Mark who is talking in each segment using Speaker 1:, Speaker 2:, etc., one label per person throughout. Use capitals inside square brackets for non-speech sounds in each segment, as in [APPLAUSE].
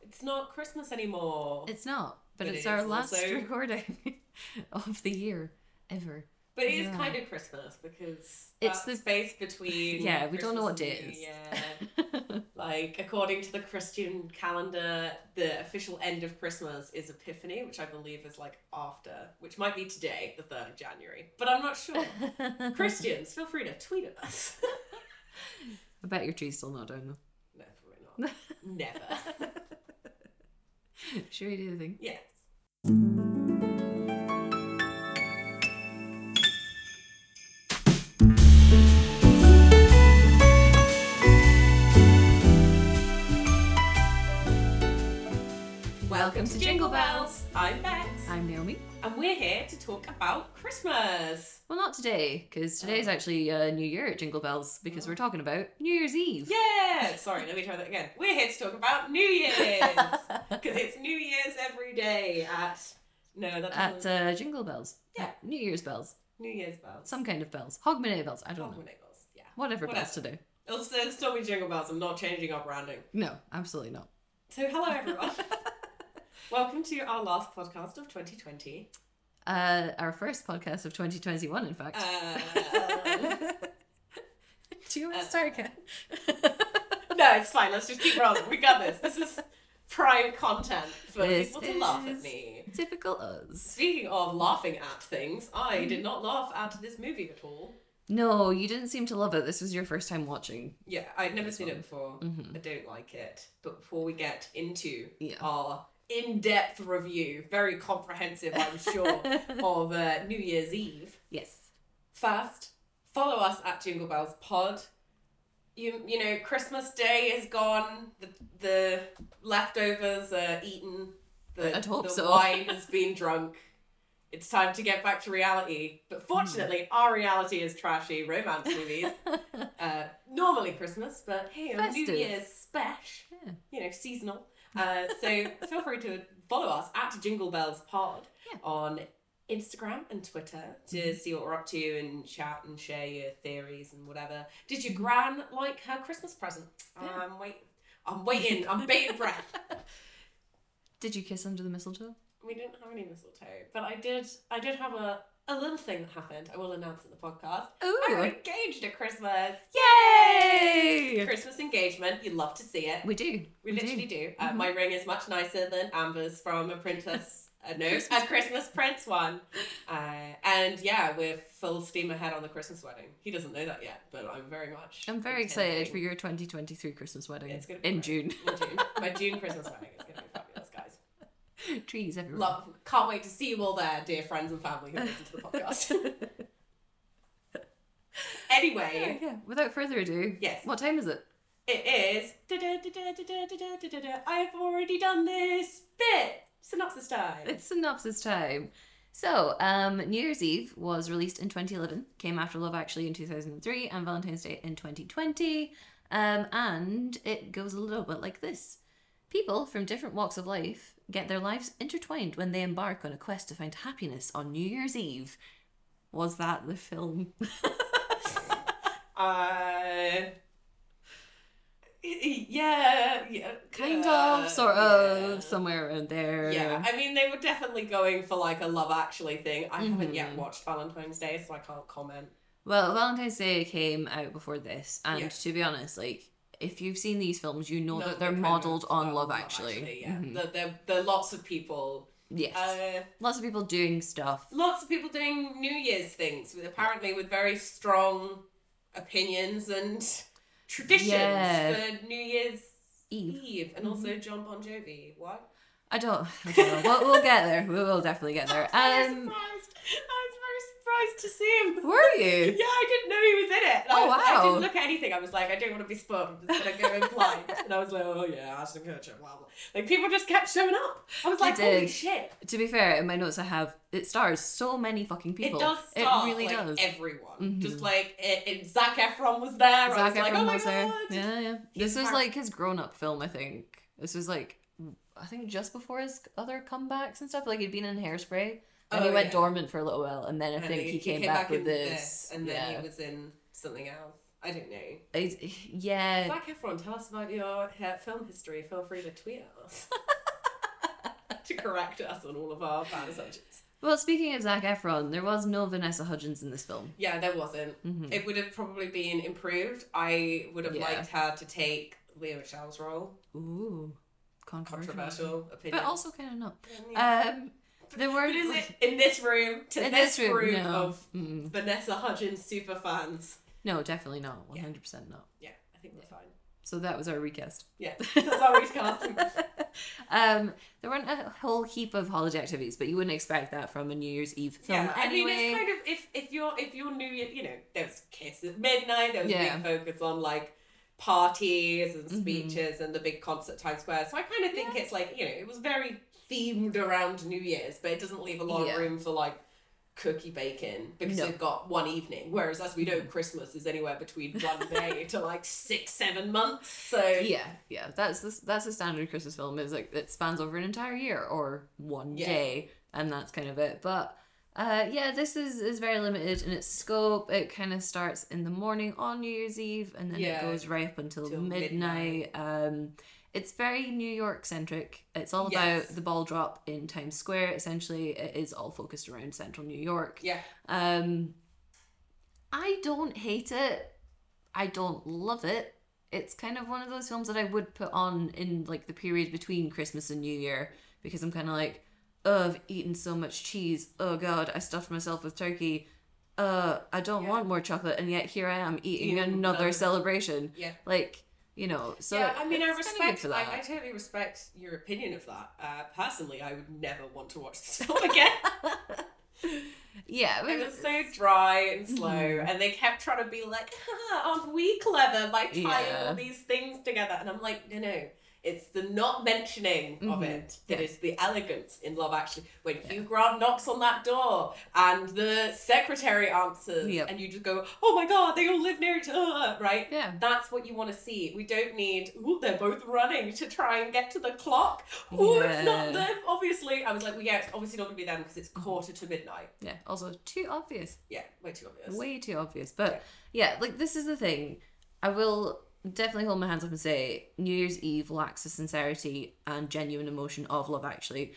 Speaker 1: It's not Christmas anymore.
Speaker 2: It's not, but,
Speaker 1: Oh. But
Speaker 2: it's
Speaker 1: it
Speaker 2: our
Speaker 1: is
Speaker 2: last
Speaker 1: also-
Speaker 2: [LAUGHS] recording of the year
Speaker 1: [LAUGHS]
Speaker 2: ever.
Speaker 1: But it is
Speaker 2: Yeah.
Speaker 1: kind of Christmas because
Speaker 2: It's
Speaker 1: it's
Speaker 2: the-
Speaker 1: the space between.
Speaker 2: Yeah, we don't know what
Speaker 1: Christmas
Speaker 2: day
Speaker 1: and
Speaker 2: it is.
Speaker 1: New Year. like according to the Christian calendar, the official end of Christmas is Epiphany, which I believe is like after, which might be today, the third of January. But I'm not
Speaker 2: [LAUGHS]
Speaker 1: sure. Christians, feel free to tweet at us. [LAUGHS]
Speaker 2: I bet your tree's still not [LAUGHS] down
Speaker 1: no, probably
Speaker 2: [LAUGHS]
Speaker 1: not. Never.
Speaker 2: though. Should we do the thing?
Speaker 1: yes.
Speaker 2: Welcome to Jingle Bells.
Speaker 1: I'm Bex,
Speaker 2: I'm Naomi.
Speaker 1: and we're here to talk about Christmas.
Speaker 2: Well, not today, because today's
Speaker 1: Oh.
Speaker 2: actually uh, New Year at Jingle Bells, because
Speaker 1: Oh.
Speaker 2: we're talking about New Year's Eve.
Speaker 1: Yeah. Sorry, let me try that again. We're here to talk about New
Speaker 2: [LAUGHS]
Speaker 1: Year's because it's New Year's every day at no, that
Speaker 2: at
Speaker 1: doesn't
Speaker 2: uh, Jingle Bells.
Speaker 1: Yeah.
Speaker 2: At New Year's bells.
Speaker 1: New Year's bells.
Speaker 2: Some kind of bells. Hogmanay bells. I don't know.
Speaker 1: Hogmanay bells. Yeah.
Speaker 2: Whatever, bells to do.
Speaker 1: It'll still, it'll still be jingle bells. I'm not changing our branding.
Speaker 2: No, absolutely not.
Speaker 1: So hello everyone. Welcome to our last podcast of 2020.
Speaker 2: Uh, our first podcast of 2021, in fact.
Speaker 1: Uh,
Speaker 2: [LAUGHS] do you want to
Speaker 1: uh,
Speaker 2: start again?
Speaker 1: [LAUGHS] no, it's fine. Let's just keep rolling. We got this. This is prime content for
Speaker 2: This
Speaker 1: people to laugh at
Speaker 2: is-
Speaker 1: me.
Speaker 2: Typical us.
Speaker 1: Speaking of laughing at things, I did not laugh at this movie at all.
Speaker 2: No, you didn't seem to love it. This was your first time watching.
Speaker 1: Yeah, I'd never
Speaker 2: This
Speaker 1: seen
Speaker 2: one.
Speaker 1: it before.
Speaker 2: Mhm.
Speaker 1: I don't like it. But before we get into
Speaker 2: Yeah.
Speaker 1: our in-depth review, very comprehensive, I'm sure, of uh, New Year's Eve,
Speaker 2: yes.
Speaker 1: first follow us at Jingle Bells Pod. You you know Christmas Day is gone. The the leftovers are eaten. The,
Speaker 2: I'd hope
Speaker 1: the
Speaker 2: so.
Speaker 1: wine
Speaker 2: [LAUGHS]
Speaker 1: has been drunk. It's time to get back to reality.
Speaker 2: Hmm.
Speaker 1: But fortunately, our reality is trashy romance movies. uh, normally Christmas, but hey, a New
Speaker 2: Festive.
Speaker 1: Year's special.
Speaker 2: Yeah.
Speaker 1: You know, seasonal. Uh,
Speaker 2: [LAUGHS]
Speaker 1: so feel free to follow us at Jingle Bells Pod
Speaker 2: Yeah.
Speaker 1: on Instagram and Twitter to
Speaker 2: Mhm.
Speaker 1: see what we're up to and chat and share your theories and whatever. Did your gran like her Christmas present?
Speaker 2: Yeah.
Speaker 1: I'm waiting. I'm waiting. I'm bated breath.
Speaker 2: [LAUGHS] [LAUGHS] Did you kiss under the mistletoe?
Speaker 1: We didn't have any mistletoe, but I did. I did have a a little thing that happened. I will announce in the podcast.
Speaker 2: Oh,
Speaker 1: I got engaged at Christmas.
Speaker 2: yay!
Speaker 1: Christmas engagement. You love to see it.
Speaker 2: We do.
Speaker 1: We literally do. Uh,
Speaker 2: Mhm.
Speaker 1: My ring is much nicer than Amber's from a princess. Uh, no,
Speaker 2: Christmas
Speaker 1: a Christmas Prince one. Uh, and yeah, we're full steam ahead on the Christmas wedding. He doesn't know that yet, but I'm very much.
Speaker 2: I'm very excited for
Speaker 1: intending
Speaker 2: your 2023 Christmas wedding
Speaker 1: It's gonna be
Speaker 2: in
Speaker 1: great. [LAUGHS]
Speaker 2: June.
Speaker 1: in June. My June Christmas wedding is going to be fabulous, guys.
Speaker 2: Trees everywhere.
Speaker 1: Love, can't wait to see you all there, dear friends and family who listen to the podcast.
Speaker 2: Yeah,
Speaker 1: anyway,
Speaker 2: [LAUGHS] yeah. Without further ado,
Speaker 1: Yes.
Speaker 2: What time is it?
Speaker 1: it is. da-da-da-da-da-da-da-da-da-da. I've already done this bit. Synopsis time.
Speaker 2: [LAUGHS] It's synopsis time. So, um, New Year's Eve was released in 2011, came after Love Actually in 2003, and Valentine's Day in 2020. Um, and it goes a little bit like this People from different walks of life get their lives intertwined when they embark on a quest to find happiness on New Year's Eve. Was that the film? [LAUGHS]
Speaker 1: Uh, yeah, yeah,
Speaker 2: kind
Speaker 1: yeah,
Speaker 2: of, sort of,
Speaker 1: yeah.
Speaker 2: somewhere around there.
Speaker 1: Yeah, I mean, they were definitely going for like a Love Actually thing. I haven't yet
Speaker 2: Mhm.
Speaker 1: watched Valentine's Day, so I can't comment.
Speaker 2: Well, Valentine's Day came out before this, and
Speaker 1: Yeah.
Speaker 2: to be honest, like if you've seen these films, you know
Speaker 1: No,
Speaker 2: that they're
Speaker 1: kind
Speaker 2: modelled
Speaker 1: of-
Speaker 2: on
Speaker 1: oh,
Speaker 2: Love Actually.
Speaker 1: yeah.
Speaker 2: Mhm.
Speaker 1: There, there, there are lots of people.
Speaker 2: Yes,
Speaker 1: Uh,
Speaker 2: lots of people doing stuff.
Speaker 1: lots of people doing New Year's things, with, apparently with very strong opinions and traditions
Speaker 2: Yeah.
Speaker 1: for New Year's
Speaker 2: Eve, Mm-hmm.
Speaker 1: Eve, and also John Bon Jovi. What?
Speaker 2: I don't. I don't know. we'll, we'll get there. We will definitely get
Speaker 1: [LAUGHS]
Speaker 2: there.
Speaker 1: I was very
Speaker 2: Um,
Speaker 1: surprised. I was very surprised to see him.
Speaker 2: were you?
Speaker 1: Yeah, I didn't know he was in it. And I
Speaker 2: Oh,
Speaker 1: was, I
Speaker 2: wow.
Speaker 1: didn't look at anything. I was like, I don't want to be spoiled. I'm just gonna go in blind. and I was like, oh yeah, Ashton Kutcher, blah blah. Like people just kept showing up. I was
Speaker 2: They
Speaker 1: like, holy
Speaker 2: did.
Speaker 1: shit!
Speaker 2: To be fair, in my notes I have it stars so many fucking people.
Speaker 1: It does. Start,
Speaker 2: it really
Speaker 1: like,
Speaker 2: does.
Speaker 1: Everyone,
Speaker 2: Mhm.
Speaker 1: just like it, it, Zac Efron was there. I
Speaker 2: Zac
Speaker 1: was like,
Speaker 2: Efron
Speaker 1: oh my
Speaker 2: was there.
Speaker 1: god.
Speaker 2: Yeah, yeah. This
Speaker 1: He's
Speaker 2: was
Speaker 1: part-
Speaker 2: like his grown-up film, I think. This was like, I think just before his other comebacks and stuff. Like he'd been in Hairspray, and he
Speaker 1: Oh,
Speaker 2: went
Speaker 1: yeah.
Speaker 2: dormant for a little while, and then I
Speaker 1: And
Speaker 2: think
Speaker 1: then
Speaker 2: he, came, back, with
Speaker 1: in
Speaker 2: this.
Speaker 1: and then
Speaker 2: yeah.
Speaker 1: he was in something else. I don't know.
Speaker 2: It's, yeah.
Speaker 1: Zac Efron, tell us about your hair, film history. Feel free to tweet at
Speaker 2: [LAUGHS]
Speaker 1: us to correct us on all of our bad assumptions.
Speaker 2: Well, speaking of Zach Efron, there was no Vanessa Hudgens in this film.
Speaker 1: Yeah, there wasn't.
Speaker 2: hmm
Speaker 1: It would have probably been improved. I would have
Speaker 2: Yeah.
Speaker 1: liked her to take Leo Michelle's role.
Speaker 2: Ooh, controversial.
Speaker 1: Controversial opinion.
Speaker 2: But also kind of not.
Speaker 1: Yeah.
Speaker 2: Um, there were
Speaker 1: but is it in this room to
Speaker 2: [LAUGHS] in
Speaker 1: this,
Speaker 2: this room?
Speaker 1: group
Speaker 2: no.
Speaker 1: of
Speaker 2: Mm.
Speaker 1: Vanessa Hudgens super fans?
Speaker 2: no, definitely not. One
Speaker 1: Yeah.
Speaker 2: hundred percent not.
Speaker 1: Yeah, I think we're fine.
Speaker 2: So that was our recast. [LAUGHS]
Speaker 1: Yeah, that's always casting.
Speaker 2: Um, there weren't a whole heap of holiday activities, but you wouldn't expect that from a New Year's Eve film
Speaker 1: Yeah,
Speaker 2: anyway.
Speaker 1: I mean, it's kind of if if you're if you're new, you you know, there was Kiss at midnight. There was
Speaker 2: Yeah.
Speaker 1: big focus on like parties and
Speaker 2: Mhm.
Speaker 1: speeches and the big concert at Times Square. So I kind of think it's like you know, it was very themed around New Year's, but it doesn't leave a lot
Speaker 2: Yeah.
Speaker 1: of room for like cookie baking because
Speaker 2: No. Mm-hmm.
Speaker 1: you've got one evening. Whereas as we know, Christmas is anywhere between one day to like six seven months. So
Speaker 2: yeah, yeah, that's the, that's the standard Christmas film. Is like it spans over an entire year or one
Speaker 1: Yeah.
Speaker 2: day, and that's kind of it. But uh, yeah, this is is very limited in its scope. It kind of starts in the morning on New Year's Eve, and then
Speaker 1: Yeah.
Speaker 2: it goes right up until
Speaker 1: Till
Speaker 2: midnight. Um, it's very New York centric. It's all
Speaker 1: Yes.
Speaker 2: about the ball drop in Times Square. Essentially, it is all focused around central New York.
Speaker 1: yeah,
Speaker 2: Um, I don't hate it. I don't love it. It's kind of one of those films that I would put on in like the period between Christmas and New Year because I'm kind of like, oh, I've eaten so much cheese. Oh God, I stuffed myself with turkey. Uh, I don't
Speaker 1: Yeah.
Speaker 2: want more chocolate, and yet here I am eating
Speaker 1: Eating
Speaker 2: another
Speaker 1: another-
Speaker 2: celebration.
Speaker 1: yeah.
Speaker 2: Like you know, so
Speaker 1: yeah, I mean, I
Speaker 2: it's kinda good
Speaker 1: respect.
Speaker 2: for that.
Speaker 1: I, I totally respect your opinion of that. Uh, personally, I would never want to watch this [LAUGHS] film
Speaker 2: [LAUGHS]
Speaker 1: again.
Speaker 2: yeah,
Speaker 1: it was so dry and slow,
Speaker 2: Mhm.
Speaker 1: and they kept trying to be like, "Ah, "Aren't we clever by tying
Speaker 2: Yeah.
Speaker 1: all these things together?" And I'm like, "No, no." It's the not mentioning of
Speaker 2: Mhm.
Speaker 1: it that
Speaker 2: Yeah.
Speaker 1: is the elegance in Love Actually. When Hugh Grant knocks on that door and the secretary answers,
Speaker 2: Yep.
Speaker 1: and you just go, "Oh my God, they all live near each other," right?
Speaker 2: yeah,
Speaker 1: That's what you want to see. We don't need, ooh, they're both running to try and get to the clock. Ooh, it's not
Speaker 2: Yeah.
Speaker 1: them, obviously. I was like, well, yeah, it's obviously not going to be them because it's quarter to midnight.
Speaker 2: yeah. Also, too obvious.
Speaker 1: Yeah, way too obvious.
Speaker 2: way too obvious. But yeah, like this is the thing. I will definitely hold my hands up and say New Year's Eve lacks the sincerity and genuine emotion of love actually.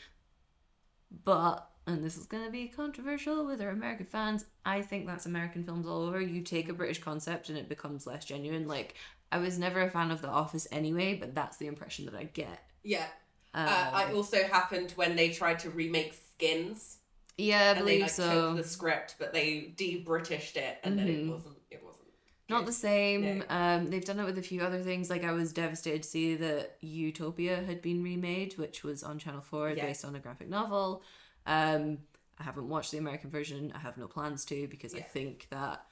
Speaker 2: But and this is gonna be controversial with our American fans, I think that's American films all over. You take a British concept and it becomes less genuine. Like I was never a fan of The Office anyway, but that's the impression that I get.
Speaker 1: yeah.
Speaker 2: Um,
Speaker 1: uh, I also happened when they tried to remake Skins.
Speaker 2: yeah, I
Speaker 1: and they
Speaker 2: believe
Speaker 1: like,
Speaker 2: so.
Speaker 1: took the script, but they de-Britished it, and then
Speaker 2: Mhm.
Speaker 1: it wasn't. It wasn't.
Speaker 2: Not
Speaker 1: good.
Speaker 2: the same. Um, they've done it with a few other things. Like I was devastated to see that Utopia had been remade, which was on Channel Four,
Speaker 1: Yeah.
Speaker 2: based on a graphic novel. Um, I haven't watched the American version. I have no plans to because I
Speaker 1: Yeah.
Speaker 2: think that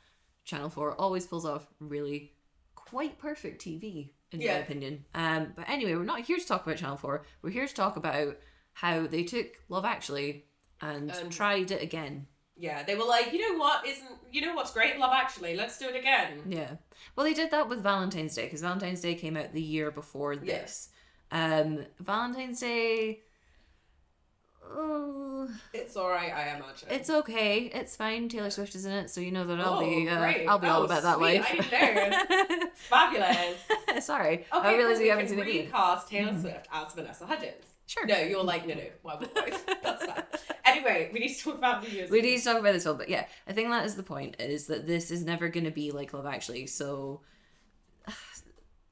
Speaker 2: Channel Four always pulls off really quite perfect TV, in my
Speaker 1: Yeah.
Speaker 2: opinion. Um, but anyway, we're not here to talk about Channel Four. We're here to talk about how they took Love Actually and
Speaker 1: And-
Speaker 2: tried it again.
Speaker 1: Yeah, they were like, you know what isn't, you know what's great, Love Actually. Let's do it again.
Speaker 2: Yeah. Well, they did that with Valentine's Day because Valentine's Day came out the year before this. Um, Valentine's Day.
Speaker 1: Um,
Speaker 2: Oh,
Speaker 1: It's all right, I imagine.
Speaker 2: it's okay. It's fine. Taylor Swift is in it, so you know that I'll be.
Speaker 1: Oh,
Speaker 2: Uh,
Speaker 1: great.
Speaker 2: I'll be all
Speaker 1: Oh,
Speaker 2: about that
Speaker 1: sweet.
Speaker 2: life.
Speaker 1: I Fabulous.
Speaker 2: [LAUGHS] Sorry,
Speaker 1: Okay,
Speaker 2: I realize
Speaker 1: cool,
Speaker 2: you
Speaker 1: we
Speaker 2: haven't
Speaker 1: can
Speaker 2: seen it. either. Mm-hmm.
Speaker 1: recast Taylor Swift as Vanessa Hudgens.
Speaker 2: Sure.
Speaker 1: No, you're like, no, no, why would
Speaker 2: [LAUGHS]
Speaker 1: both? That's fine. Anyway, we need to talk about New Year's
Speaker 2: We
Speaker 1: Eve.
Speaker 2: need to talk about this one, but yeah, I think that is the point: is that this is never going to be like Love Actually. So, [SIGHS]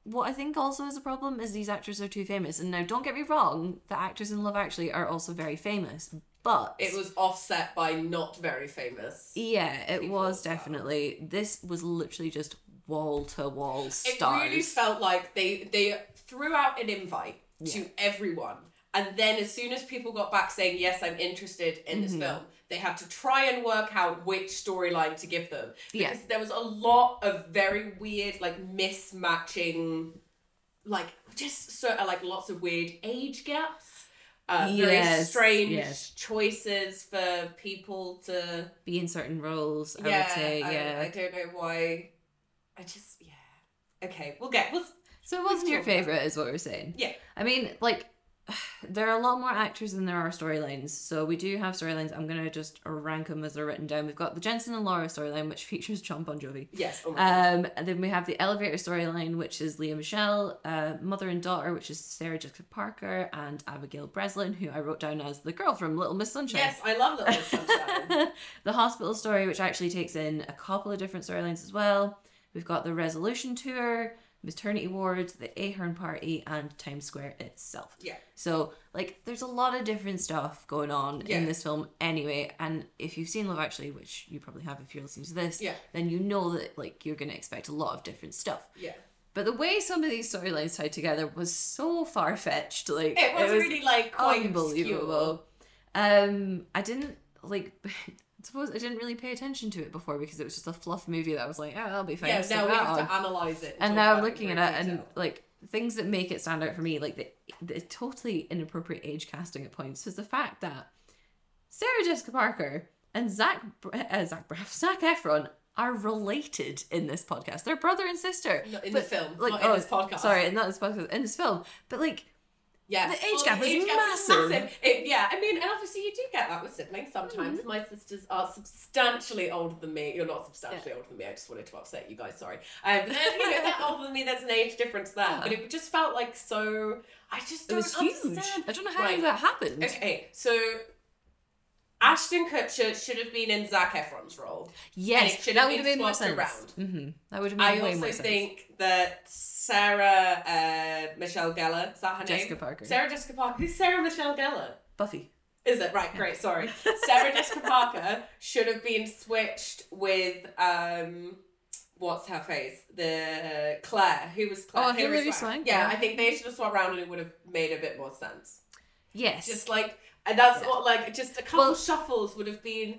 Speaker 2: what I think also is a problem is these actors are too famous. And now, don't get me wrong, the actors in Love Actually are also very famous, but
Speaker 1: It was offset by not very famous.
Speaker 2: yeah, it
Speaker 1: people
Speaker 2: was
Speaker 1: as well.
Speaker 2: definitely this was literally just wall to wall
Speaker 1: It
Speaker 2: stars.
Speaker 1: really felt like they they threw out an invite
Speaker 2: Yeah.
Speaker 1: to everyone. And then as soon as people got back saying, yes, I'm interested in this
Speaker 2: Mhm.
Speaker 1: film, they had to try and work out which storyline to give them.
Speaker 2: Yeah.
Speaker 1: Because there was a lot of very weird, like mismatching, like just sort of like lots of weird age gaps. Uh, very
Speaker 2: Yes,
Speaker 1: strange
Speaker 2: yes.
Speaker 1: choices for people to
Speaker 2: be in certain roles, I
Speaker 1: yeah,
Speaker 2: would say.
Speaker 1: I,
Speaker 2: yeah,
Speaker 1: I don't know why. I just yeah. Okay, we'll get we'll
Speaker 2: so it wasn't your
Speaker 1: talk about it.
Speaker 2: favorite, is what we're saying.
Speaker 1: yeah.
Speaker 2: I mean, like [SIGHS] there are a lot more actors than there are storylines. So we do have storylines. I'm gonna just rank them as they're written down. We've got the Jensen and Laura storyline, which features John Bon Jovi.
Speaker 1: Yes. Oh my God.
Speaker 2: Um, and then we have the elevator storyline, which is Leah Michelle, uh, mother and daughter, which is Sarah Jessica Parker and Abigail Breslin, who I wrote down as the girl from Little Miss Sunshine.
Speaker 1: yes, I love Little Miss
Speaker 2: [LAUGHS]
Speaker 1: Sunshine.
Speaker 2: the hospital story, which actually takes in a couple of different storylines as well. We've got the resolution tour, maternity ward, the Ahern party, and Times Square itself.
Speaker 1: Yeah.
Speaker 2: So, like, there's a lot of different stuff going on
Speaker 1: Yeah.
Speaker 2: in this film anyway. And if you've seen Love Actually, which you probably have if you're listening to this,
Speaker 1: Yeah.
Speaker 2: then you know that, like, you're going to expect a lot of different stuff.
Speaker 1: Yeah.
Speaker 2: But the way some of these storylines tied together was so far fetched. Like,
Speaker 1: It was, really like quite obscure.
Speaker 2: unbelievable. Um, I didn't like. [LAUGHS] I suppose I didn't really pay attention to it before because it was just a fluff movie that I was like, oh, I'll be fine.
Speaker 1: Yeah,
Speaker 2: I'll stick
Speaker 1: now we
Speaker 2: that
Speaker 1: have
Speaker 2: on."
Speaker 1: to analyze it.
Speaker 2: and
Speaker 1: talk
Speaker 2: now I'm
Speaker 1: about
Speaker 2: looking
Speaker 1: in
Speaker 2: at
Speaker 1: great
Speaker 2: it and
Speaker 1: detail.
Speaker 2: like things that make it stand out for me, like the, the totally inappropriate age casting at points, was the fact that Sarah Jessica Parker and Zach uh, Zach Braff [LAUGHS] Zach Efron are related in this podcast. They're brother and sister
Speaker 1: No, in
Speaker 2: But,
Speaker 1: the film,
Speaker 2: Like
Speaker 1: not
Speaker 2: oh,
Speaker 1: in this podcast.
Speaker 2: Sorry, not in this podcast, in this film. But like
Speaker 1: Yeah. Oh,
Speaker 2: The age gap is massive.
Speaker 1: It- yeah, I mean, and obviously you do get that with siblings sometimes.
Speaker 2: Mm.
Speaker 1: My sisters are substantially older than me. You're not substantially older than me. I just wanted to upset you guys. Sorry. Um, but they're, you know,
Speaker 2: [LAUGHS]
Speaker 1: they're older than me. There's an age difference there.
Speaker 2: Yeah.
Speaker 1: But it just felt like so. I just
Speaker 2: Uh-huh. it
Speaker 1: don't
Speaker 2: was huge.
Speaker 1: understand.
Speaker 2: I don't know how
Speaker 1: Right.
Speaker 2: that happened.
Speaker 1: Okay, so Ashton Kutcher should have been in Zac Efron's role.
Speaker 2: Yes,
Speaker 1: And it should
Speaker 2: that
Speaker 1: have
Speaker 2: would have
Speaker 1: been
Speaker 2: made more sense.
Speaker 1: swapped
Speaker 2: hmm That would have made
Speaker 1: I
Speaker 2: way more
Speaker 1: also
Speaker 2: sense.
Speaker 1: think that Sarah uh, Michelle Gellar, is that her
Speaker 2: Jessica
Speaker 1: name?
Speaker 2: Parker,
Speaker 1: Sarah Jessica Parker. Who's Sarah Michelle Gellar?
Speaker 2: Buffy.
Speaker 1: Is it right? Great.
Speaker 2: [LAUGHS]
Speaker 1: Sorry, Sarah Jessica Parker should have been switched with um, what's her face? The Claire, who was Claire?
Speaker 2: Oh,
Speaker 1: Hilary
Speaker 2: Hilary Swank,
Speaker 1: Yeah,
Speaker 2: yeah.
Speaker 1: I think they should have swapped around and it would have made a bit more sense.
Speaker 2: Yes,
Speaker 1: Just like, and that's
Speaker 2: Yeah.
Speaker 1: what like just a couple
Speaker 2: Well-
Speaker 1: shuffles would have been.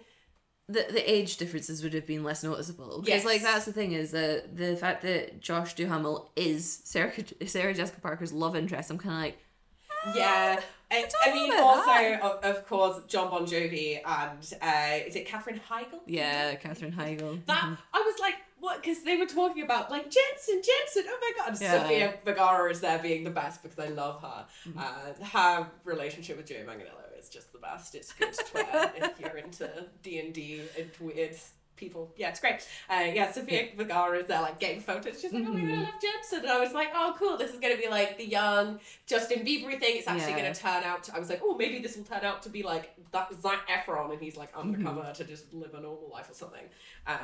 Speaker 2: the the age differences would have been less noticeable because
Speaker 1: Yes.
Speaker 2: like that's the thing is the the fact that Josh Duhamel is Sarah Sarah Jessica Parker's love interest. I'm kind of like
Speaker 1: Yeah. I,
Speaker 2: Ah, don't
Speaker 1: I
Speaker 2: know
Speaker 1: mean,
Speaker 2: about
Speaker 1: also
Speaker 2: that.
Speaker 1: of, of course, John Bon Jovi and uh, is it Catherine Heigl?
Speaker 2: yeah, Catherine Heigl.
Speaker 1: That
Speaker 2: Mhm.
Speaker 1: I was like, what? Because they were talking about like Jensen, Jensen. Oh my god! And
Speaker 2: Yeah.
Speaker 1: Sofia Vergara is there being the best because I love her. Uh, her relationship with Joe Manganiello is just the best. It's good Twitter if you're into D and D and weird people. Yeah, it's great. Uh, yeah, Sofia Vergara is there like getting photos. She's like, oh my
Speaker 2: Mm-hmm.
Speaker 1: god, I love Jensen. And I was like, oh cool, this is gonna be like the young Justin Bieber thing. It's actually
Speaker 2: Yeah.
Speaker 1: gonna turn out. To, I was like, oh maybe this will turn out to be like that Zac Efron, and he's like
Speaker 2: Mm-hmm.
Speaker 1: undercover to just live a normal life or something. Um,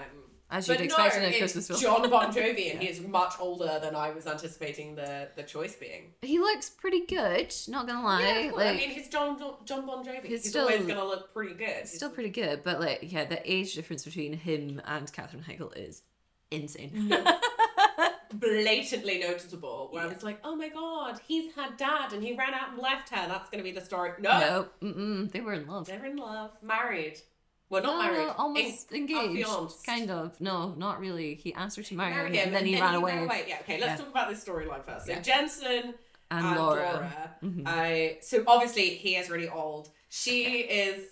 Speaker 2: As
Speaker 1: but
Speaker 2: you'd expect
Speaker 1: no,
Speaker 2: in a
Speaker 1: it's
Speaker 2: Christmas film.
Speaker 1: John
Speaker 2: [LAUGHS]
Speaker 1: Bon Jovi, and he is much older than I was anticipating the, the choice being.
Speaker 2: he looks pretty good. Not gonna lie,
Speaker 1: yeah, of course.
Speaker 2: like
Speaker 1: I mean, he's John John Bon Jovi. He's,
Speaker 2: he's still-
Speaker 1: always gonna look pretty good.
Speaker 2: still pretty good. But like yeah, the age difference between him and Catherine Heigl is insane.
Speaker 1: blatantly noticeable. Where
Speaker 2: Yeah.
Speaker 1: I was like, oh my god, he's her dad, and he ran out and left her. That's gonna be the story. No,
Speaker 2: no, mm-mm, they were in love.
Speaker 1: they're in love, married. Well, not
Speaker 2: No, no, oh
Speaker 1: married.
Speaker 2: almost engaged,
Speaker 1: affianced.
Speaker 2: kind of. No, not really. He answered to
Speaker 1: En-
Speaker 2: Mario,
Speaker 1: married
Speaker 2: and,
Speaker 1: him,
Speaker 2: then he ran away.
Speaker 1: Yeah, okay. Let's
Speaker 2: Yeah.
Speaker 1: talk about this storyline first. So
Speaker 2: Yeah.
Speaker 1: Jensen
Speaker 2: And,
Speaker 1: and, Uh, Laura.
Speaker 2: Laura. Mhm.
Speaker 1: I so obviously he is really old. She is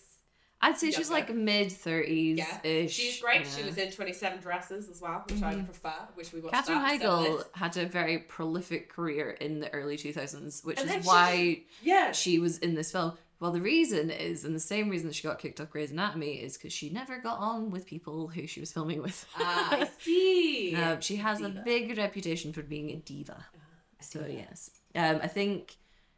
Speaker 2: I'd say she's
Speaker 1: Younger.
Speaker 2: like mid thirties
Speaker 1: Yeah,
Speaker 2: ish. Mm-hmm.
Speaker 1: She's great. She was in 27 Dresses as well, which I prefer. Which we watched.
Speaker 2: Catherine
Speaker 1: that instead of
Speaker 2: Heigl
Speaker 1: this.
Speaker 2: had a very prolific career in the early 2000s, which
Speaker 1: And then
Speaker 2: is
Speaker 1: she-
Speaker 2: why
Speaker 1: Yeah.
Speaker 2: [LAUGHS] she was in this film. Well, the reason is, and the same reason that she got kicked off Grey's Anatomy is because she never got on with people who she was filming with.
Speaker 1: Ah, I see.
Speaker 2: um, she has a
Speaker 1: diva. Uh-huh.
Speaker 2: big reputation for being a diva. So,
Speaker 1: diva.
Speaker 2: yes. Um, I think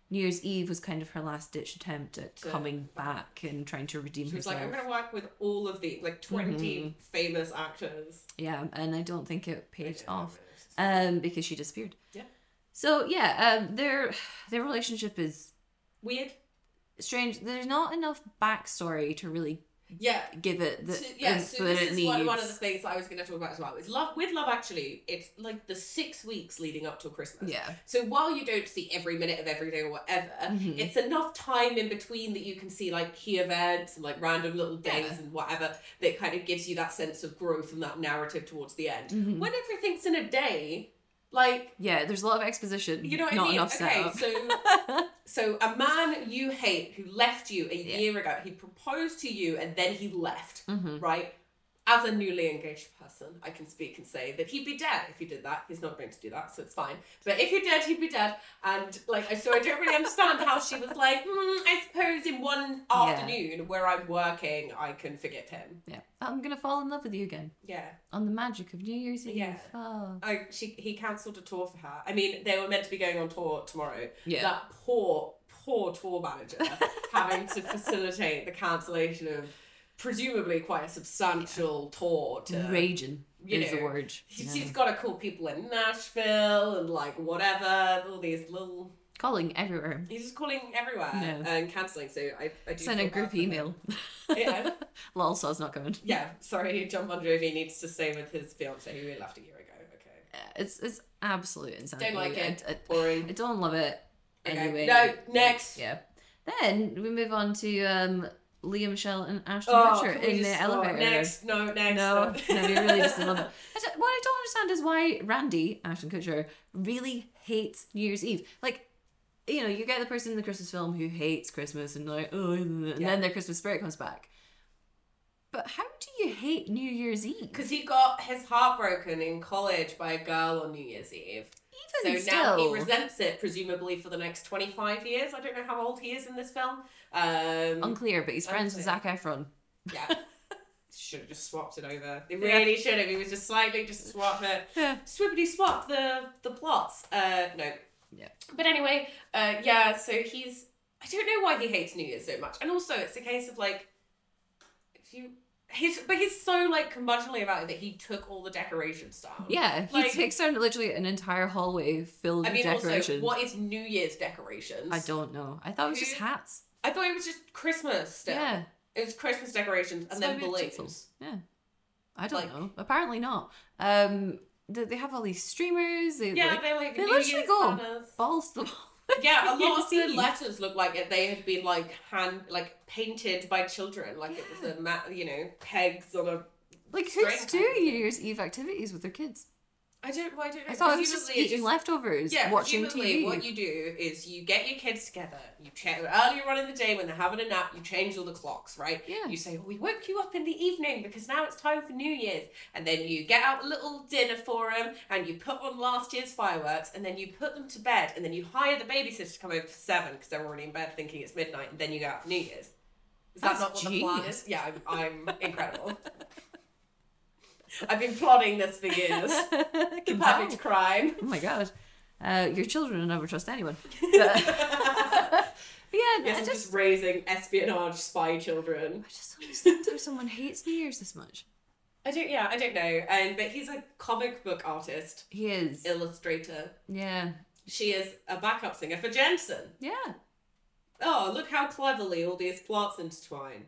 Speaker 2: New Year's Eve was kind of her last ditch attempt at
Speaker 1: To-
Speaker 2: coming back and trying to redeem
Speaker 1: she was
Speaker 2: herself.
Speaker 1: like, I'm going to work with all of the like 20
Speaker 2: Mm-hmm.
Speaker 1: famous actors.
Speaker 2: Yeah, and I don't think it
Speaker 1: I
Speaker 2: paid
Speaker 1: don't know
Speaker 2: off.
Speaker 1: where it is.
Speaker 2: um, because she disappeared.
Speaker 1: Yeah.
Speaker 2: So yeah, um, their their relationship is
Speaker 1: Weird.
Speaker 2: strange. There's not enough backstory to really
Speaker 1: Yeah.
Speaker 2: give it the
Speaker 1: So, yeah,
Speaker 2: oomph
Speaker 1: so
Speaker 2: that
Speaker 1: this
Speaker 2: it
Speaker 1: is
Speaker 2: needs.
Speaker 1: one, one of the things I was going to talk about as well. Is love with love actually? It's like the six weeks leading up till Christmas.
Speaker 2: yeah,
Speaker 1: So while you don't see every minute of every day or whatever,
Speaker 2: Mhm.
Speaker 1: it's enough time in between that you can see like key events and like random little things
Speaker 2: Yeah.
Speaker 1: and whatever that kind of gives you that sense of growth and that narrative towards the end.
Speaker 2: Mhm.
Speaker 1: When everything's in a day, like
Speaker 2: yeah. There's a lot of exposition.
Speaker 1: you know what
Speaker 2: not
Speaker 1: I mean?
Speaker 2: enough
Speaker 1: okay,
Speaker 2: setup.
Speaker 1: so
Speaker 2: [LAUGHS]
Speaker 1: so a man you hate who left you a
Speaker 2: Yeah.
Speaker 1: year ago, he proposed to you and then he left,
Speaker 2: Mhm.
Speaker 1: right? as a newly engaged person, I can speak and say that he'd be dead if he did that. He's not going to do that, so it's fine. But if he did, he'd be dead. And like, I- so I don't really understand how she was like, mm, I suppose in one
Speaker 2: [LAUGHS] Yeah.
Speaker 1: afternoon where I'm working, I can forgive him.
Speaker 2: Yeah. I'm gonna fall in love with you again.
Speaker 1: Yeah.
Speaker 2: On the magic of New Year's Eve.
Speaker 1: Yeah.
Speaker 2: Oh.
Speaker 1: I, she, he cancelled a tour for her. I mean, they were meant to be going on tour tomorrow.
Speaker 2: Yeah.
Speaker 1: That poor, poor tour
Speaker 2: [LAUGHS]
Speaker 1: manager having to facilitate the cancellation of presumably quite a substantial tour to
Speaker 2: Raging
Speaker 1: Uh, you
Speaker 2: is the
Speaker 1: know,
Speaker 2: word.
Speaker 1: She's
Speaker 2: Yeah.
Speaker 1: got to call people in Nashville and like whatever, all these little.
Speaker 2: Calling everywhere.
Speaker 1: He's just calling everywhere
Speaker 2: No.
Speaker 1: and cancelling. So I, I do.
Speaker 2: Send a
Speaker 1: feel bad
Speaker 2: group
Speaker 1: for him.
Speaker 2: email.
Speaker 1: [LAUGHS]
Speaker 2: [LAUGHS]
Speaker 1: Yeah.
Speaker 2: Lol, Saw's not coming.
Speaker 1: Yeah, sorry, John Bon Jovi needs to stay with his fiance who he left a year ago. Okay,
Speaker 2: Uh, It's it's absolute insanity.
Speaker 1: like it.
Speaker 2: I, I
Speaker 1: boring.
Speaker 2: don't love it.
Speaker 1: Okay.
Speaker 2: Anyway.
Speaker 1: No, next.
Speaker 2: Yeah. Then we move on to um, Liam Shell and Ashton Kutcher
Speaker 1: can we
Speaker 2: in
Speaker 1: just-
Speaker 2: the
Speaker 1: oh,
Speaker 2: elevator.
Speaker 1: Next, no, next. [LAUGHS]
Speaker 2: No, no, you really just [LAUGHS] love it. I don't- what I don't understand is why Randy Ashton Kutcher really hates New Year's Eve. Like, you know, you get the person in the Christmas film who hates Christmas and like, oh, and
Speaker 1: Yeah.
Speaker 2: then their Christmas spirit comes back. But how do you hate New Year's Eve?
Speaker 1: Because he got his heart broken in college by a girl on New Year's Eve. So
Speaker 2: even
Speaker 1: now
Speaker 2: still,
Speaker 1: he resents it, presumably for the next 25 years. I don't know how old he is in this film. Um,
Speaker 2: unclear. But he's friends with Zac Efron.
Speaker 1: Mm-hmm. yeah. [LAUGHS] should have just swapped it over. They really should have. He was just slightly just swap it.
Speaker 2: [LAUGHS] Yeah.
Speaker 1: Swippity swap the the plots. Uh no.
Speaker 2: Yeah.
Speaker 1: But anyway, uh yeah, so he's I don't know why he hates New Year's so much. And also it's a case of like if you he's but he's so like curmudgeonly about it that he took all the decorations down.
Speaker 2: Yeah, he
Speaker 1: Like-
Speaker 2: takes down literally an entire hallway filled
Speaker 1: I mean
Speaker 2: with decorations.
Speaker 1: also what is New Year's decorations?
Speaker 2: I don't know. I thought it was just
Speaker 1: Who-
Speaker 2: hats.
Speaker 1: I thought it was just Christmas stuff.
Speaker 2: Yeah,
Speaker 1: It was Christmas decorations and
Speaker 2: It's
Speaker 1: then
Speaker 2: maybe a jigsaw.
Speaker 1: balloons.
Speaker 2: Yeah, I don't
Speaker 1: Like-
Speaker 2: know. Apparently not. Um, they, they have all these streamers. They
Speaker 1: Yeah,
Speaker 2: like,
Speaker 1: they're like
Speaker 2: They
Speaker 1: New
Speaker 2: literally
Speaker 1: Year's
Speaker 2: go
Speaker 1: banners.
Speaker 2: balls the wall.
Speaker 1: [LAUGHS] Yeah, a
Speaker 2: You
Speaker 1: lot of the
Speaker 2: see.
Speaker 1: letters look like it- they had been like hand, like painted by children, like it was
Speaker 2: Yeah.
Speaker 1: a ma- you know pegs on a.
Speaker 2: [LAUGHS] Like who's
Speaker 1: Straight
Speaker 2: doing New Year's Eve activities with their kids?
Speaker 1: I don't. Well, I don't know.
Speaker 2: I thought it was just
Speaker 1: Presumably it
Speaker 2: eating
Speaker 1: just-
Speaker 2: leftovers,
Speaker 1: Yeah,
Speaker 2: watching
Speaker 1: presumably
Speaker 2: TV. [LAUGHS]
Speaker 1: what you do is you get your kids together. You check earlier on in the day when they're having a nap. You change all the clocks, right?
Speaker 2: Yeah.
Speaker 1: You say, "We woke you up in the evening because now it's time for New Year's," and then you get out a little dinner for them, and you put on last year's fireworks, and then you put them to bed, and then you hire the babysitter to come over for seven because they're already in bed thinking it's midnight, and then you go out for New Year's. Is that
Speaker 2: That's
Speaker 1: not what the plan
Speaker 2: genius.
Speaker 1: is? Yeah, I'm, I'm incredible. [LAUGHS] I've been plotting this for
Speaker 2: [LAUGHS]
Speaker 1: years.
Speaker 2: I
Speaker 1: The
Speaker 2: can tell.
Speaker 1: [LAUGHS] perfect crime.
Speaker 2: Oh my god. Uh, your children will never trust
Speaker 1: [LAUGHS]
Speaker 2: anyone. But, [LAUGHS] but yeah,
Speaker 1: Yes,
Speaker 2: I
Speaker 1: I'm
Speaker 2: just
Speaker 1: just raising espionage spy children.
Speaker 2: I just don't understand how someone hates New Year's this much.
Speaker 1: I don't. Yeah, I don't know. And but he's a comic book artist,
Speaker 2: He is.
Speaker 1: illustrator.
Speaker 2: Yeah.
Speaker 1: She is a backup singer for Jensen.
Speaker 2: Yeah.
Speaker 1: Oh, look how cleverly all these plots intertwine.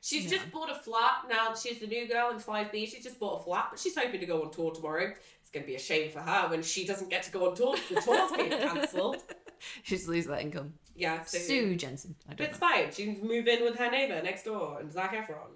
Speaker 1: She's
Speaker 2: Yeah.
Speaker 1: just bought a flat now. She's the new girl in Five B. She's just bought a flat, but she's hoping to go on tour tomorrow. It's gonna be a shame for her when she doesn't get to go on tour. 'cause The tour's [LAUGHS] being cancelled.
Speaker 2: She's lose that income.
Speaker 1: Yeah, so
Speaker 2: Sue Jensen. I
Speaker 1: but
Speaker 2: don't
Speaker 1: it's
Speaker 2: know.
Speaker 1: fine. She can move in with her neighbor next door and Zac Efron.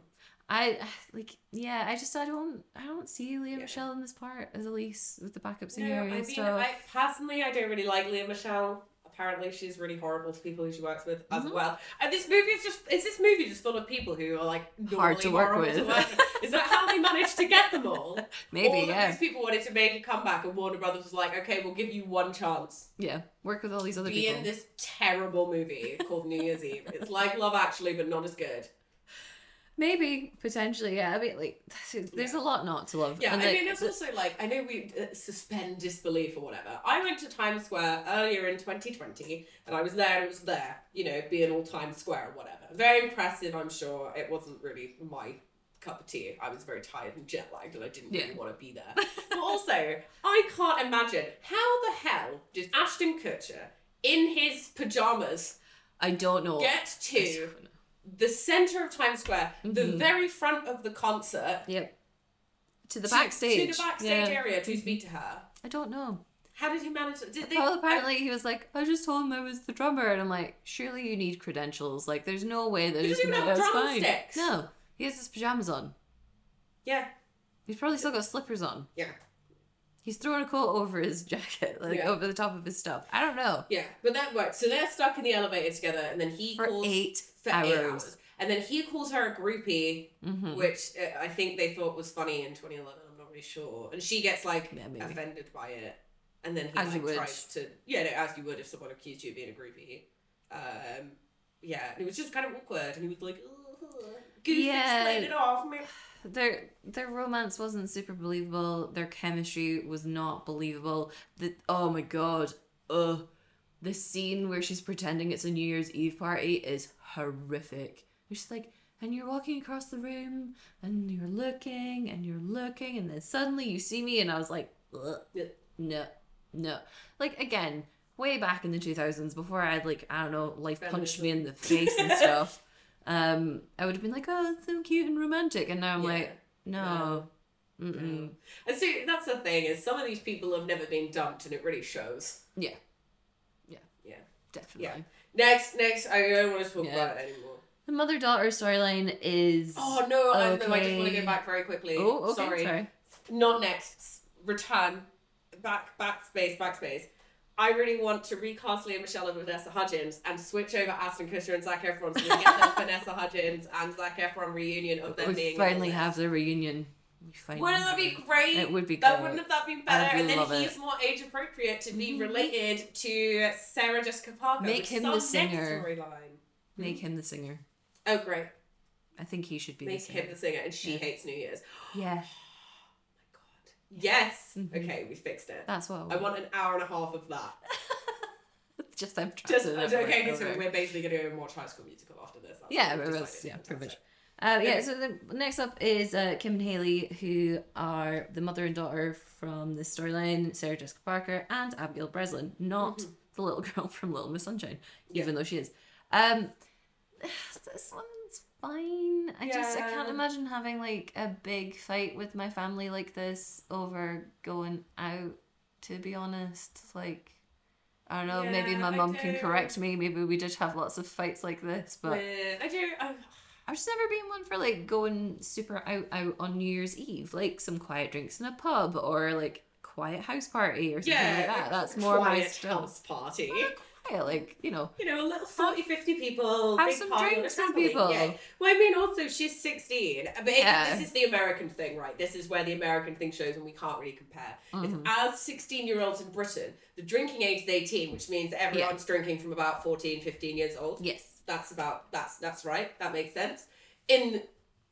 Speaker 2: I [SIGHS] like yeah, I just I don't I don't see Leah
Speaker 1: Yeah.
Speaker 2: Michelle in this part as Elise with the backup
Speaker 1: No,
Speaker 2: singer
Speaker 1: I
Speaker 2: and
Speaker 1: mean,
Speaker 2: stuff.
Speaker 1: I personally, I don't really like Leah Michelle. Apparently, she's really horrible to people who she works with as
Speaker 2: Mhm.
Speaker 1: well. And this movie is just—is this movie just full of people who are like normally
Speaker 2: Hard to work
Speaker 1: horrible to
Speaker 2: with.
Speaker 1: work with? is that how they managed to get them
Speaker 2: [LAUGHS]
Speaker 1: all? all
Speaker 2: Maybe,
Speaker 1: of
Speaker 2: yeah.
Speaker 1: these people wanted to make a comeback, and Warner Brothers was like, "Okay, we'll give you one chance.
Speaker 2: Yeah. Work with all these other
Speaker 1: Be
Speaker 2: people.
Speaker 1: in this terrible movie called New Year's Eve. It's like Love Actually, but not as good."
Speaker 2: Maybe, potentially, yeah. I mean like [SIGHS] there's
Speaker 1: Yeah.
Speaker 2: a lot not to love.
Speaker 1: Yeah,
Speaker 2: And,
Speaker 1: I
Speaker 2: like,
Speaker 1: mean, it's
Speaker 2: the-
Speaker 1: also like I know we uh, suspend disbelief or whatever. I went to Times Square earlier in 2020, and I was there. and It was there, you know, being all Times Square or whatever. Very impressive, I'm sure. It wasn't really my cup of tea. I was very tired and jet lagged, and I didn't really
Speaker 2: Yeah.
Speaker 1: want to be there. but also, I can't imagine how the hell did Ashton Kutcher in his pajamas
Speaker 2: I don't know.
Speaker 1: get
Speaker 2: Oh, I
Speaker 1: to
Speaker 2: don't know.
Speaker 1: the center of Times Square, the
Speaker 2: Mhm.
Speaker 1: very front of the concert?
Speaker 2: Yep. To the
Speaker 1: to-
Speaker 2: backstage.
Speaker 1: to, the backstage
Speaker 2: Yeah.
Speaker 1: area to speak to her.
Speaker 2: I don't know.
Speaker 1: How did he manage? to- Did they?
Speaker 2: Well, apparently he was like, I just told him I was the drummer, and I'm like, surely you need credentials. Like, there's no way that
Speaker 1: He
Speaker 2: he's
Speaker 1: doesn't
Speaker 2: gonna
Speaker 1: even have
Speaker 2: that's fine.
Speaker 1: drumsticks.
Speaker 2: No, he has his pajamas on.
Speaker 1: yeah,
Speaker 2: He's probably still got slippers on.
Speaker 1: yeah,
Speaker 2: He's throwing a coat over his [LAUGHS] jacket, like
Speaker 1: Yeah.
Speaker 2: over the top of his stuff. I don't know.
Speaker 1: yeah. But that worked. So they're stuck in the elevator together, and then he
Speaker 2: For
Speaker 1: calls
Speaker 2: eight
Speaker 1: for
Speaker 2: hours.
Speaker 1: eight hours. And then he calls her a groupie,
Speaker 2: Mm-hmm.
Speaker 1: which uh, I think they thought was funny in 2011. I'm not really sure. And she gets like
Speaker 2: Yeah, maybe.
Speaker 1: offended by it, and then he
Speaker 2: As you
Speaker 1: like,
Speaker 2: would.
Speaker 1: tries to yeah, no, as you would if someone accused you of being a groupie. Um, yeah, and it was just kind of awkward, and he was like, "Ugh." "Goofy,
Speaker 2: Yeah.
Speaker 1: explain it off." meh."
Speaker 2: Their their romance wasn't super believable. Their chemistry was not believable. The oh my god, ugh, the scene where she's pretending it's a New Year's Eve party is horrific. It's just like, and you're walking across the room, and you're looking, and you're looking, and then suddenly you see me, and I was like, ugh,
Speaker 1: Yeah.
Speaker 2: no, no. Like again, way back in the two thousands, before I had like I don't know, life punched me in the face and stuff. Um, I would have been like, oh, it's so cute and romantic, and now I'm
Speaker 1: Yeah.
Speaker 2: like. No. Mm-mm.
Speaker 1: Um, And so that's the thing is some of these people have never been dumped, and it really shows.
Speaker 2: Yeah. Yeah.
Speaker 1: Yeah.
Speaker 2: Definitely.
Speaker 1: Yeah. Next, next, I don't want to talk
Speaker 2: Yeah.
Speaker 1: about it anymore.
Speaker 2: The mother daughter storyline is.
Speaker 1: Oh no, I, no, I just want to
Speaker 2: Okay.
Speaker 1: go back very quickly.
Speaker 2: Oh, okay. Sorry.
Speaker 1: Not next. Return. Back, backspace, backspace. I really want to recast Leah Michelle over Vanessa Hudgens and switch over Aston Kutcher and Zac Efron so we get
Speaker 2: [LAUGHS]
Speaker 1: the Vanessa Hudgens and Zac Efron reunion of them
Speaker 2: We
Speaker 1: being.
Speaker 2: finally have the reunion. We finally
Speaker 1: Wouldn't that be great?
Speaker 2: It would be
Speaker 1: That
Speaker 2: great.
Speaker 1: wouldn't have that been better?
Speaker 2: I
Speaker 1: and then
Speaker 2: love
Speaker 1: he's
Speaker 2: it.
Speaker 1: more age appropriate to be
Speaker 2: Mhm.
Speaker 1: related to Sarah Jessica Parker.
Speaker 2: Make
Speaker 1: which
Speaker 2: him
Speaker 1: is
Speaker 2: the
Speaker 1: our next
Speaker 2: singer.
Speaker 1: Storyline.
Speaker 2: Make him the singer.
Speaker 1: Oh great!
Speaker 2: I think he should be
Speaker 1: Make
Speaker 2: the singer.
Speaker 1: him the singer, and she
Speaker 2: Yeah.
Speaker 1: hates New Year's.
Speaker 2: Yeah.
Speaker 1: God. Yes.
Speaker 2: Mhm.
Speaker 1: Okay, we fixed it.
Speaker 2: That's what I want.
Speaker 1: I want an hour and a half of that.
Speaker 2: Just I'm trapped
Speaker 1: Just
Speaker 2: in it
Speaker 1: okay,
Speaker 2: forever.
Speaker 1: so we're basically going to go and watch High School Musical after this. That's
Speaker 2: Yeah,
Speaker 1: what
Speaker 2: it
Speaker 1: we've
Speaker 2: was,
Speaker 1: decided.
Speaker 2: yeah,
Speaker 1: That's
Speaker 2: pretty
Speaker 1: it.
Speaker 2: much. Uh, yeah,
Speaker 1: Okay.
Speaker 2: so the next up is uh, Kim and Haley, who are the mother and daughter from the storyline, Sarah Jessica Parker and Abigail Breslin, not the little [LAUGHS] girl from Little Miss Sunshine,
Speaker 1: Mm-hmm. Yeah.
Speaker 2: even though she is. Um, [SIGHS] this one's fine. I just I can't
Speaker 1: Yeah.
Speaker 2: imagine having like a big fight with my family like this over going out. To be honest, like I don't know. maybe
Speaker 1: Yeah,
Speaker 2: my
Speaker 1: I
Speaker 2: mum can
Speaker 1: do.
Speaker 2: correct me. Maybe we did have lots of fights like this, but.
Speaker 1: With- I do. I,
Speaker 2: I've just never been one for like going super out out on New Year's Eve, like some quiet drinks in a pub or like quiet house party or something
Speaker 1: yeah,
Speaker 2: like that.
Speaker 1: a [LAUGHS]
Speaker 2: That's more my
Speaker 1: quiet
Speaker 2: stuff.
Speaker 1: house party.
Speaker 2: Yeah, like you know,
Speaker 1: You know, a little 40, 50 people.
Speaker 2: have
Speaker 1: big
Speaker 2: some
Speaker 1: party with
Speaker 2: drinks with
Speaker 1: family.
Speaker 2: people.
Speaker 1: Yeah. Well, I mean, also she's sixteen, but it-
Speaker 2: Yeah.
Speaker 1: this is the American thing, right? This is where the American thing shows, and we can't really compare.
Speaker 2: Mhm.
Speaker 1: It's as sixteen-year-olds in Britain, the drinking age is eighteen, which means that everyone's drinking from about 14, 15 years old.
Speaker 2: Yes.
Speaker 1: that's about that's that's right that makes sense in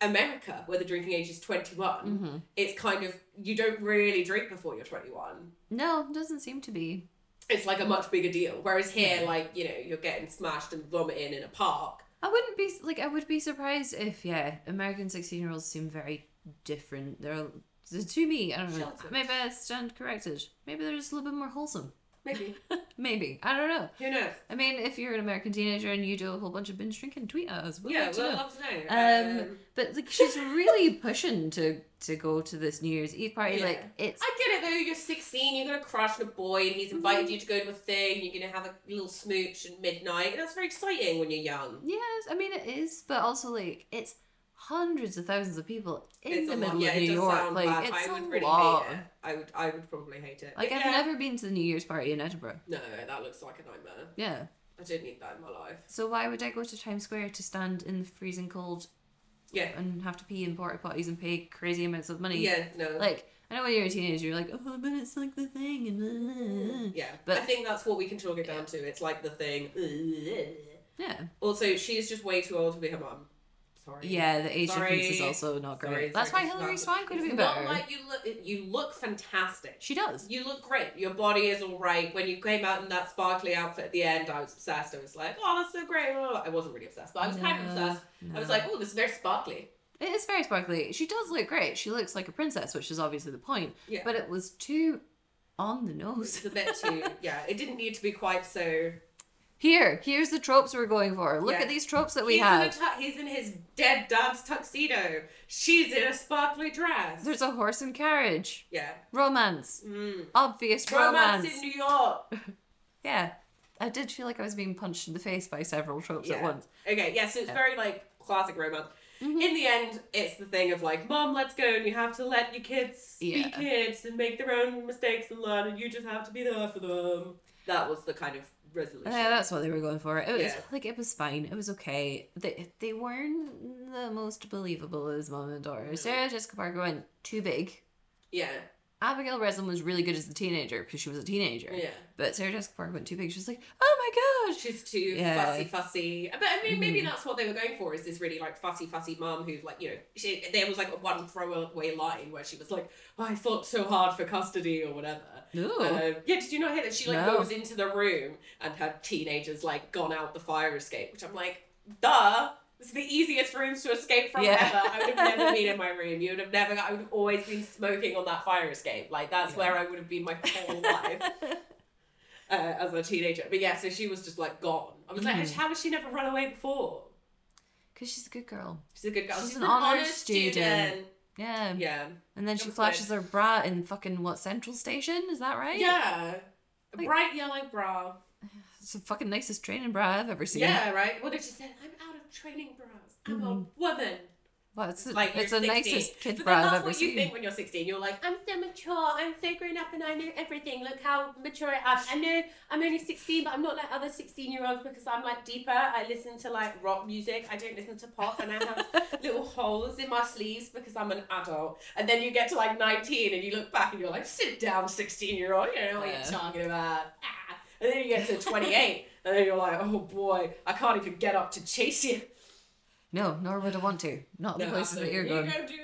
Speaker 1: america where the drinking age is 21
Speaker 2: hmm
Speaker 1: it's kind of you don't really drink before you're 21
Speaker 2: No, doesn't seem to be.
Speaker 1: it's like a much bigger deal whereas here
Speaker 2: Yeah.
Speaker 1: like you know you're getting smashed and vomiting in a park
Speaker 2: I wouldn't be like I would be surprised if yeah, American sixteen year olds seem very different. They're to me, I don't know.
Speaker 1: Sheltered.
Speaker 2: Maybe I stand corrected. Maybe they're just a little bit more wholesome.
Speaker 1: maybe
Speaker 2: Maybe I don't know.
Speaker 1: who knows
Speaker 2: I mean, if you're an American teenager and you do a whole bunch of binge drinking, tweet at us. We'd
Speaker 1: yeah
Speaker 2: like to
Speaker 1: we'll
Speaker 2: know.
Speaker 1: love to know
Speaker 2: Um, But like she's really pushing to to go to this New Year's Eve party.
Speaker 1: Yeah.
Speaker 2: Like it's
Speaker 1: I get it though, you're 16, you're gonna crush on a boy, and he's
Speaker 2: Mm-hmm.
Speaker 1: invited you to go to a thing, you're gonna have a little smooch at midnight, and that's very exciting when you're young.
Speaker 2: yes, I mean it is, but also like it's hundreds of thousands of people in
Speaker 1: it's
Speaker 2: the
Speaker 1: a
Speaker 2: middle
Speaker 1: lot. Yeah,
Speaker 2: of New
Speaker 1: it does
Speaker 2: York.
Speaker 1: sound
Speaker 2: Like
Speaker 1: bad.
Speaker 2: it's
Speaker 1: I would
Speaker 2: a
Speaker 1: really
Speaker 2: lot.
Speaker 1: hate it. I would, I would probably hate it.
Speaker 2: Like
Speaker 1: But
Speaker 2: I've
Speaker 1: yeah.
Speaker 2: never been to the New Year's party in Edinburgh.
Speaker 1: No, that looks like a nightmare.
Speaker 2: Yeah.
Speaker 1: I don't need that in my life.
Speaker 2: So why would I go to Times Square to stand in the freezing cold
Speaker 1: Yeah.
Speaker 2: and have to pee in porta potties and pay crazy amounts of money?
Speaker 1: Yeah, no.
Speaker 2: Like I know when you're a teenager, you're like, oh, but it's like the thing, and uh,
Speaker 1: yeah.
Speaker 2: but-
Speaker 1: I think that's what we can chalk it down to. It's like the thing.
Speaker 2: yeah,
Speaker 1: Also, she's just way too old to be her mum. Sorry.
Speaker 2: yeah. The age
Speaker 1: Sorry.
Speaker 2: difference is also not great.
Speaker 1: Sorry,
Speaker 2: That's
Speaker 1: sorry,
Speaker 2: why
Speaker 1: it's
Speaker 2: Hillary
Speaker 1: not-
Speaker 2: Swank would have
Speaker 1: It's
Speaker 2: been
Speaker 1: not
Speaker 2: better.
Speaker 1: like you look you look fantastic.
Speaker 2: She does.
Speaker 1: You look great. Your body is all right. When you came out in that sparkly outfit at the end, I was obsessed. I was like, oh, that's so great. blah, blah, blah. I wasn't really obsessed, but I was kind of
Speaker 2: No,
Speaker 1: obsessed. I was
Speaker 2: no.
Speaker 1: like, oh, this is very sparkly.
Speaker 2: it is very sparkly. She does look great. She looks like a princess, which is obviously the point.
Speaker 1: Yeah.
Speaker 2: But it was too on the
Speaker 1: It's
Speaker 2: nose.
Speaker 1: a bit too, [LAUGHS] yeah, it didn't need to be quite so
Speaker 2: [LAUGHS] Here, here's the tropes we're going for. Look
Speaker 1: Yeah.
Speaker 2: at these tropes that we
Speaker 1: he's In a
Speaker 2: have.
Speaker 1: tu- he's in his dead dad's tuxedo. She's in a sparkly dress.
Speaker 2: There's a horse and carriage.
Speaker 1: yeah.
Speaker 2: Romance.
Speaker 1: Mm.
Speaker 2: Obvious
Speaker 1: Romance
Speaker 2: romance.
Speaker 1: in New York.
Speaker 2: Yeah. I did feel like I was being punched in the face by several tropes at
Speaker 1: Yeah.
Speaker 2: once.
Speaker 1: Okay, yeah, so it's very like classic romance.
Speaker 2: Mm-hmm.
Speaker 1: In the end, it's the thing of like, Mom, let's go, and you have to let your kids
Speaker 2: Yeah.
Speaker 1: be kids and make their own mistakes and learn, and you just have to be there for them. That was the kind of resolution.
Speaker 2: Yeah, Uh, that's what they were going for. It was
Speaker 1: Yeah.
Speaker 2: like it was fine. It was okay. They they weren't the most believable as mom and daughter.
Speaker 1: No.
Speaker 2: Sarah Jessica Parker went too big.
Speaker 1: yeah,
Speaker 2: Abigail Breslin was really good as a teenager because she was a teenager.
Speaker 1: yeah.
Speaker 2: But Sarah Jessica Parker went too big. She was like, oh my gosh.
Speaker 1: She's too
Speaker 2: Yeah.
Speaker 1: fussy, fussy. But I mean, maybe
Speaker 2: Mhm.
Speaker 1: that's what they were going for. Is this really like fussy, fussy mum who like you know she there was like one throwaway line where she was like, oh, "I fought so hard for custody" or whatever. [LAUGHS]
Speaker 2: Ooh. [LAUGHS]
Speaker 1: Uh, yeah, did you not hear that she like
Speaker 2: No.
Speaker 1: goes into the room and her teenagers like gone out the fire escape, which I'm like, duh. This is the easiest rooms to escape from
Speaker 2: Yeah.
Speaker 1: ever. I would have never been
Speaker 2: [LAUGHS]
Speaker 1: in my room. You would have never. I would have always been smoking on that fire escape. Like that's
Speaker 2: Yeah.
Speaker 1: where I would have been my
Speaker 2: [LAUGHS]
Speaker 1: whole life uh, as a teenager. But yeah, so she was just like gone. I was like,
Speaker 2: Mhm.
Speaker 1: how has she never run away before?
Speaker 2: Because she's a good girl.
Speaker 1: She's a good girl.
Speaker 2: She's an honors student. Yeah.
Speaker 1: Yeah.
Speaker 2: And then
Speaker 1: That
Speaker 2: she
Speaker 1: was
Speaker 2: flashes her bra in fucking what Central Station? Is that right?
Speaker 1: Yeah. A
Speaker 2: Like-
Speaker 1: bright yellow bra.
Speaker 2: It's the fucking nicest training bra I've ever seen.
Speaker 1: Yeah, right. What did she say? I'm out of training bras. I'm a
Speaker 2: Mm-hmm.
Speaker 1: woman.
Speaker 2: Well, it's
Speaker 1: Like
Speaker 2: it's the
Speaker 1: you're 16.
Speaker 2: nicest kid
Speaker 1: But
Speaker 2: bra
Speaker 1: then
Speaker 2: I've
Speaker 1: that's
Speaker 2: ever
Speaker 1: what you
Speaker 2: seen.
Speaker 1: think when you're 16. You're like, I'm so mature. I'm so grown up and I know everything. Look how mature I am. I know I'm only 16, but I'm not like other 16 year olds because I'm like deeper. I listen to like rock music. I don't listen to pop and I
Speaker 2: [LAUGHS]
Speaker 1: have little holes in my sleeves because I'm an adult. And then you get to like 19 and you look back and you're like, sit down, 16 year old. You don't know what
Speaker 2: Yeah.
Speaker 1: you're talking about. Ah. And then you get to 28 and then you're like, oh boy, I can't even get up to chase you.
Speaker 2: No, nor would I want to. Not the
Speaker 1: No,
Speaker 2: places that
Speaker 1: absolutely.
Speaker 2: you're
Speaker 1: You
Speaker 2: going.
Speaker 1: go do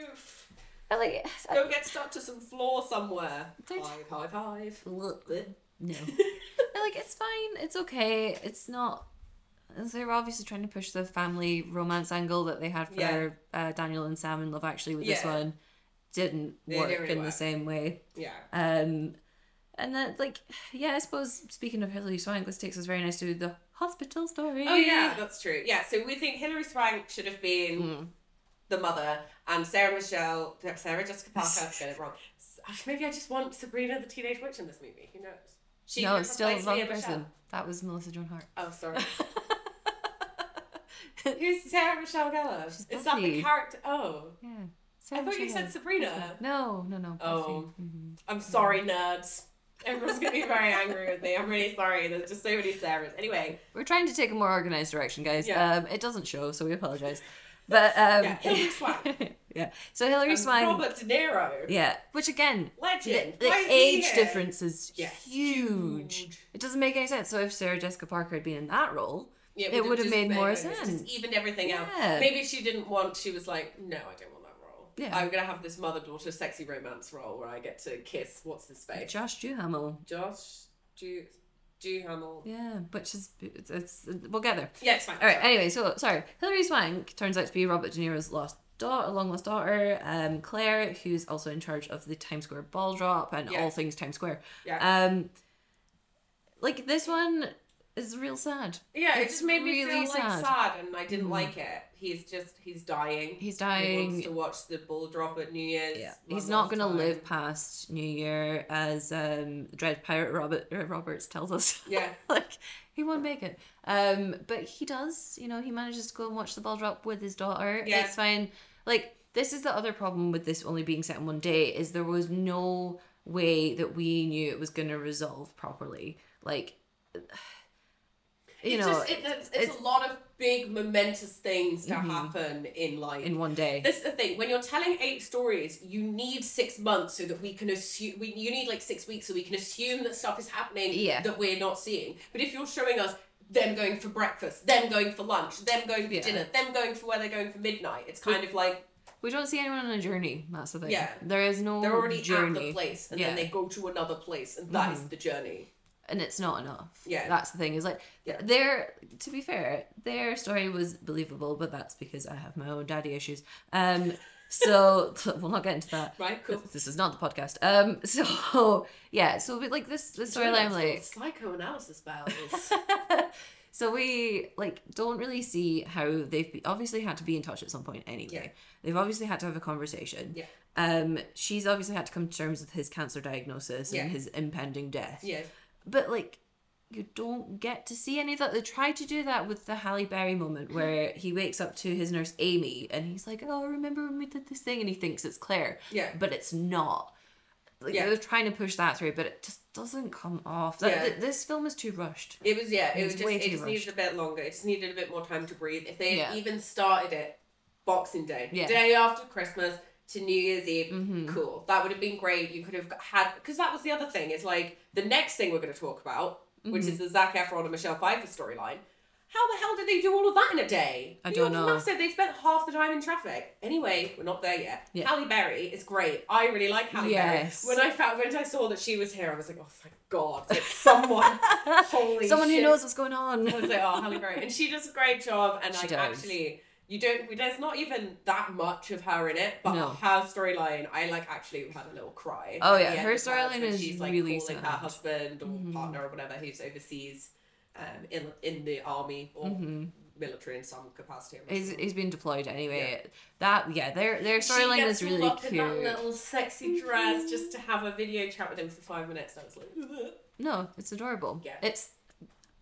Speaker 2: I like
Speaker 1: [LAUGHS] Go get stuck to some floor somewhere.
Speaker 2: Don't-
Speaker 1: Five, five,
Speaker 2: [LAUGHS]
Speaker 1: five.
Speaker 2: No. I like it's fine. It's okay. It's not. They were obviously trying to push the family romance angle that they had for
Speaker 1: Yeah.
Speaker 2: uh, Daniel and Sam in Love Actually with this
Speaker 1: Yeah.
Speaker 2: one. Didn't
Speaker 1: They
Speaker 2: work
Speaker 1: didn't really
Speaker 2: in the
Speaker 1: work.
Speaker 2: same way.
Speaker 1: Yeah.
Speaker 2: Um, and that, like, yeah, I suppose speaking of Hilary Swank, this takes us very nice to the hospital story.
Speaker 1: Oh yeah, that's true. Yeah, so we think Hilary Swank should have been
Speaker 2: Mm.
Speaker 1: the mother, and Sarah Michelle, Sarah Jessica Parker. I got it wrong. S- Maybe I just want Sabrina the Teenage Witch in this movie. Who knows? She
Speaker 2: no,
Speaker 1: could
Speaker 2: it's still the
Speaker 1: replace
Speaker 2: wrong
Speaker 1: Leah
Speaker 2: person.
Speaker 1: Michele.
Speaker 2: That was Melissa
Speaker 1: [LAUGHS]
Speaker 2: Joan Hart.
Speaker 1: Oh,
Speaker 2: [LAUGHS]
Speaker 1: sorry. Who's Sarah Michelle Gellar?
Speaker 2: She's
Speaker 1: Is that
Speaker 2: Buffy.
Speaker 1: the character? Oh,
Speaker 2: yeah.
Speaker 1: I thought you
Speaker 2: Sarah
Speaker 1: said Sabrina.
Speaker 2: No, no, no.
Speaker 1: Oh.
Speaker 2: Buffy. Mhm.
Speaker 1: I'm sorry, nerds. Everyone's gonna be very angry with me. I'm really sorry. There's just so many Sarahs. Anyway,
Speaker 2: We're trying to take a more organized direction, guys.
Speaker 1: Yeah.
Speaker 2: Um, it doesn't show, so we apologize. But
Speaker 1: [LAUGHS]
Speaker 2: um,
Speaker 1: Yeah, Hilary Swank.
Speaker 2: [LAUGHS] yeah. So Hillary
Speaker 1: and
Speaker 2: Swank.
Speaker 1: um, Robert De Niro.
Speaker 2: Yeah. Which again, the,
Speaker 1: Legend.
Speaker 2: the
Speaker 1: Why is he
Speaker 2: age
Speaker 1: here?
Speaker 2: difference is
Speaker 1: Yes.
Speaker 2: huge.
Speaker 1: Huge.
Speaker 2: It doesn't make any sense. So if Sarah Jessica Parker had been in that role,
Speaker 1: Yeah,
Speaker 2: It would have
Speaker 1: just
Speaker 2: made
Speaker 1: been-
Speaker 2: more
Speaker 1: it just
Speaker 2: sense.
Speaker 1: evened everything
Speaker 2: Yeah.
Speaker 1: out. Maybe she didn't want. She was like, no, I don't want that role.
Speaker 2: Yeah.
Speaker 1: I'm gonna have this mother daughter sexy romance role where I get to kiss. What's his face?
Speaker 2: Josh Duhamel.
Speaker 1: Josh Do Duhamel.
Speaker 2: Yeah, which is it's, it's we'll get there.
Speaker 1: Yeah, it's fine.
Speaker 2: All right. Anyway, so sorry, Hilary Swank turns out to be Robert De Niro's lost daughter, long lost daughter, um, Claire, who's also in charge of the Times Square ball drop and
Speaker 1: Yeah.
Speaker 2: all things Times Square.
Speaker 1: Yeah.
Speaker 2: Um, like this one is real sad.
Speaker 1: Yeah, it
Speaker 2: it's
Speaker 1: just made me
Speaker 2: really
Speaker 1: feel like
Speaker 2: sad. Mm.
Speaker 1: sad. and I didn't like it. He's just he's dying.
Speaker 2: He's
Speaker 1: He
Speaker 2: dying.
Speaker 1: wants to watch the ball drop at New Year's.
Speaker 2: yeah,
Speaker 1: one
Speaker 2: he's not
Speaker 1: last
Speaker 2: gonna
Speaker 1: time.
Speaker 2: live past New Year, as um, Dread Pirate Robert uh, Roberts tells us. [LAUGHS]
Speaker 1: Yeah.
Speaker 2: like he won't make it. Um, but he does. You know, he manages to go and watch the ball drop with his daughter.
Speaker 1: Yeah.
Speaker 2: It's fine. Like this is the other problem with this only being set in one day is there was no way that we knew it was gonna resolve properly. Like, [SIGHS] you
Speaker 1: it's
Speaker 2: know,
Speaker 1: just, it, it's, it's a lot of big momentous things to
Speaker 2: Mm-hmm.
Speaker 1: happen in life.
Speaker 2: in one day.
Speaker 1: This is the thing. When you're telling eight stories, you need six months so that we can assume. We you need like six weeks so we can assume that stuff is happening
Speaker 2: Yeah.
Speaker 1: that we're not seeing. But if you're showing us them going for breakfast, them going for lunch, them going for
Speaker 2: Yeah.
Speaker 1: dinner, them going for where they're going for midnight, it's kind of like
Speaker 2: we don't see anyone on a journey. That's the thing.
Speaker 1: Yeah.
Speaker 2: there is no.
Speaker 1: they're already
Speaker 2: journey.
Speaker 1: at the place and
Speaker 2: Yeah. Mm-hmm.
Speaker 1: then they go to another place and that is the journey.
Speaker 2: and it's not enough.
Speaker 1: Yeah.
Speaker 2: that's the thing. Is like
Speaker 1: Yeah.
Speaker 2: their to be fair, their story was believable, but that's because I have my own daddy issues.
Speaker 1: [LAUGHS]
Speaker 2: Um, so we'll not get into that.
Speaker 1: Right? Cool.
Speaker 2: This is not the podcast. Um, [LAUGHS] so yeah, so we, like this this storyline, like
Speaker 1: psychoanalysis
Speaker 2: [LAUGHS]
Speaker 1: battles.
Speaker 2: so we like don't really see how they've be- obviously had to be in touch at some point anyway.
Speaker 1: Yeah.
Speaker 2: They've obviously had to have a conversation.
Speaker 1: Yeah.
Speaker 2: Um, she's obviously had to come to terms with his cancer diagnosis
Speaker 1: Yeah.
Speaker 2: and his impending death
Speaker 1: yeah.
Speaker 2: but like you don't get to see any of that. They try to do that with the Halle Berry
Speaker 1: Mm-hmm.
Speaker 2: moment where he wakes up to his nurse Amy and he's like, "Oh, remember when we did this thing?" and he thinks it's Claire,
Speaker 1: Yeah.
Speaker 2: but it's not. Like
Speaker 1: Yeah.
Speaker 2: they were trying to push that through, but it just doesn't come off. Like,
Speaker 1: Yeah.
Speaker 2: th- this film is too rushed.
Speaker 1: It was yeah. It
Speaker 2: It
Speaker 1: was
Speaker 2: was
Speaker 1: just
Speaker 2: way
Speaker 1: it
Speaker 2: too
Speaker 1: just needed a bit longer. It just needed a bit more time to breathe. If they had
Speaker 2: Yeah.
Speaker 1: even started it Boxing Day,
Speaker 2: Yeah.
Speaker 1: day after Christmas to New Year's Eve,
Speaker 2: Mhm.
Speaker 1: cool. That would have been great. You could have had because that was the other thing. Is like the next thing we're going to talk about, which
Speaker 2: Mm-hmm.
Speaker 1: is the Zac Efron and Michelle Pfeiffer storyline. How the hell did they do all of that in a day?
Speaker 2: I
Speaker 1: You
Speaker 2: don't know.
Speaker 1: Said they spent half the time in traffic. Anyway, we're not there yet.
Speaker 2: Yeah.
Speaker 1: Halle Berry is great. I really like Halle
Speaker 2: Yes.
Speaker 1: Berry. When I found when I saw that she was here, I was like, oh thank God, It's someone, holy
Speaker 2: Someone
Speaker 1: shit.
Speaker 2: who knows what's going on.
Speaker 1: I [LAUGHS] was
Speaker 2: [LAUGHS]
Speaker 1: like, oh, Halle Berry, and she does a great job. And
Speaker 2: She
Speaker 1: like,
Speaker 2: does.
Speaker 1: actually, you don't. we- There's not even that much of her in it, but
Speaker 2: No.
Speaker 1: her storyline, I like actually had a little cry.
Speaker 2: Oh,
Speaker 1: at the
Speaker 2: yeah,
Speaker 1: end
Speaker 2: her
Speaker 1: of hers
Speaker 2: storyline
Speaker 1: when
Speaker 2: is
Speaker 1: she's like
Speaker 2: really
Speaker 1: calling her
Speaker 2: sad.
Speaker 1: husband or
Speaker 2: Mhm.
Speaker 1: partner or whatever who's overseas, um, in in the army or
Speaker 2: hmm
Speaker 1: military in some capacity. I'm not
Speaker 2: He's,
Speaker 1: sure.
Speaker 2: he's been deployed anyway. That yeah, their their
Speaker 1: She
Speaker 2: storyline
Speaker 1: gets
Speaker 2: is really
Speaker 1: all up
Speaker 2: cute. Mm-hmm.
Speaker 1: In that little sexy dress just to have a video chat with him for five minutes. And I was like, [LAUGHS]
Speaker 2: No, it's adorable.
Speaker 1: Yeah.
Speaker 2: It's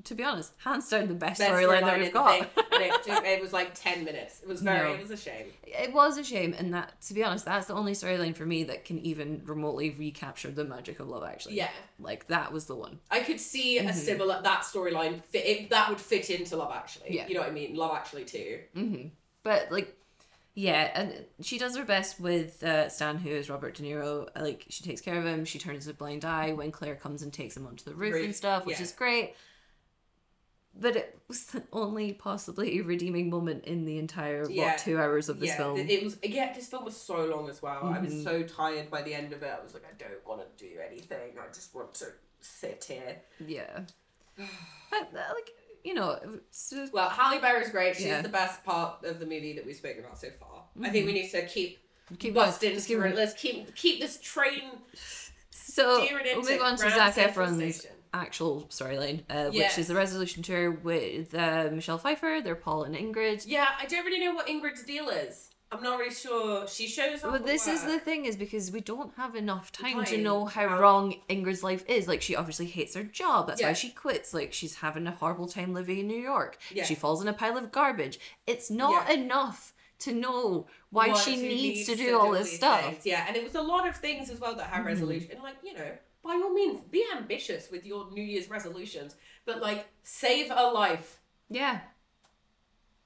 Speaker 2: to be honest, hands down the best,
Speaker 1: best
Speaker 2: storyline that
Speaker 1: in
Speaker 2: we've
Speaker 1: the
Speaker 2: got.
Speaker 1: thing. And it, took, it was like ten minutes. It was very.
Speaker 2: No.
Speaker 1: It was a shame.
Speaker 2: It was a shame, and that to be honest, that's the only storyline for me that can even remotely recapture the magic of love. Actually,
Speaker 1: Yeah.
Speaker 2: like that was the one.
Speaker 1: I could see
Speaker 2: Mm-hmm.
Speaker 1: a similar that storyline fit it, that would fit into Love Actually.
Speaker 2: Yeah.
Speaker 1: You know what I mean? Love Actually too.
Speaker 2: hmm But like, yeah, and she does her best with uh, Stan, who is Robert De Niro. Like she takes care of him. She turns a blind eye when Claire comes and takes him onto the roof,
Speaker 1: Roof,
Speaker 2: and stuff, which
Speaker 1: yeah.
Speaker 2: is great. But it was the only possibly redeeming moment in the entire
Speaker 1: Yeah.
Speaker 2: what two hours of this
Speaker 1: yeah,
Speaker 2: film. Mm-hmm.
Speaker 1: th- it was. Yeah, this film was so long as well. I was so tired by the end of it. I was like, I don't want to do anything. I just want to sit here. [SIGHS]
Speaker 2: yeah, but, uh, like you know, it's just-
Speaker 1: Well, Halle Berry's great. She's
Speaker 2: Yeah. Mm-hmm.
Speaker 1: the best part of the movie that we've spoken about so far. I think we need to keep
Speaker 2: keep going,
Speaker 1: busting
Speaker 2: just keep
Speaker 1: through.
Speaker 2: going.
Speaker 1: Let's keep keep this train
Speaker 2: So
Speaker 1: steering into
Speaker 2: Oh, we'll move on to
Speaker 1: Grand
Speaker 2: Zac
Speaker 1: Central
Speaker 2: Efron's
Speaker 1: Station.
Speaker 2: actual storyline, uh,
Speaker 1: Yes.
Speaker 2: which is the resolution tour with uh, Michelle Pfeiffer. They're Paul and Ingrid.
Speaker 1: Yeah, I don't really know what Ingrid's deal is. I'm not really sure. She shows up.
Speaker 2: But
Speaker 1: at
Speaker 2: this is
Speaker 1: work.
Speaker 2: the thing is because we don't have enough time, to
Speaker 1: Time.
Speaker 2: know how
Speaker 1: How-
Speaker 2: wrong Ingrid's life is. Like she obviously hates her job. That's
Speaker 1: Yeah.
Speaker 2: why she quits. Like she's having a horrible time living in New York.
Speaker 1: Yeah.
Speaker 2: She falls in a pile of garbage. It's not enough to know why
Speaker 1: what
Speaker 2: she
Speaker 1: she
Speaker 2: needs to do
Speaker 1: do
Speaker 2: all this
Speaker 1: these
Speaker 2: stuff. Mm-hmm.
Speaker 1: things. Yeah, and it was a lot of things as well that had resolution. And like, you know, by all means, be ambitious with your New Year's resolutions, but like, save a life.
Speaker 2: Yeah.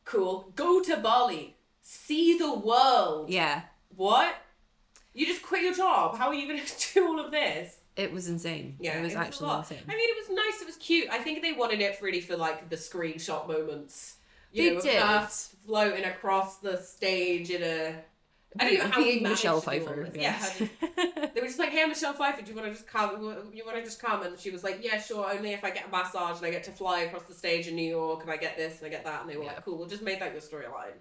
Speaker 1: Cool. Go to Bali. See the world.
Speaker 2: Yeah.
Speaker 1: What? You just quit your job. How are you going to [LAUGHS] do all of this?
Speaker 2: It was insane.
Speaker 1: Yeah,
Speaker 2: It was
Speaker 1: a
Speaker 2: actually
Speaker 1: lot.
Speaker 2: insane.
Speaker 1: I mean, it was nice. It was cute. I think they wanted it really for like the screenshot moments. You
Speaker 2: They
Speaker 1: know, with
Speaker 2: did.
Speaker 1: her floating across the stage in a. I don't know how we
Speaker 2: Being
Speaker 1: managed
Speaker 2: Michelle
Speaker 1: to do all
Speaker 2: Pfeiffer.
Speaker 1: this. Yeah, how
Speaker 2: Yes.
Speaker 1: did-
Speaker 2: [LAUGHS]
Speaker 1: They were just like, "Hey, Michelle Pfeiffer, do you want to just come? You want to just come?" And she was like, "Yeah, sure. Only if I get a massage and I get to fly across the stage in New York and I get this and I get that." And they were
Speaker 2: Yeah.
Speaker 1: like, "Cool, we'll just make that your storyline."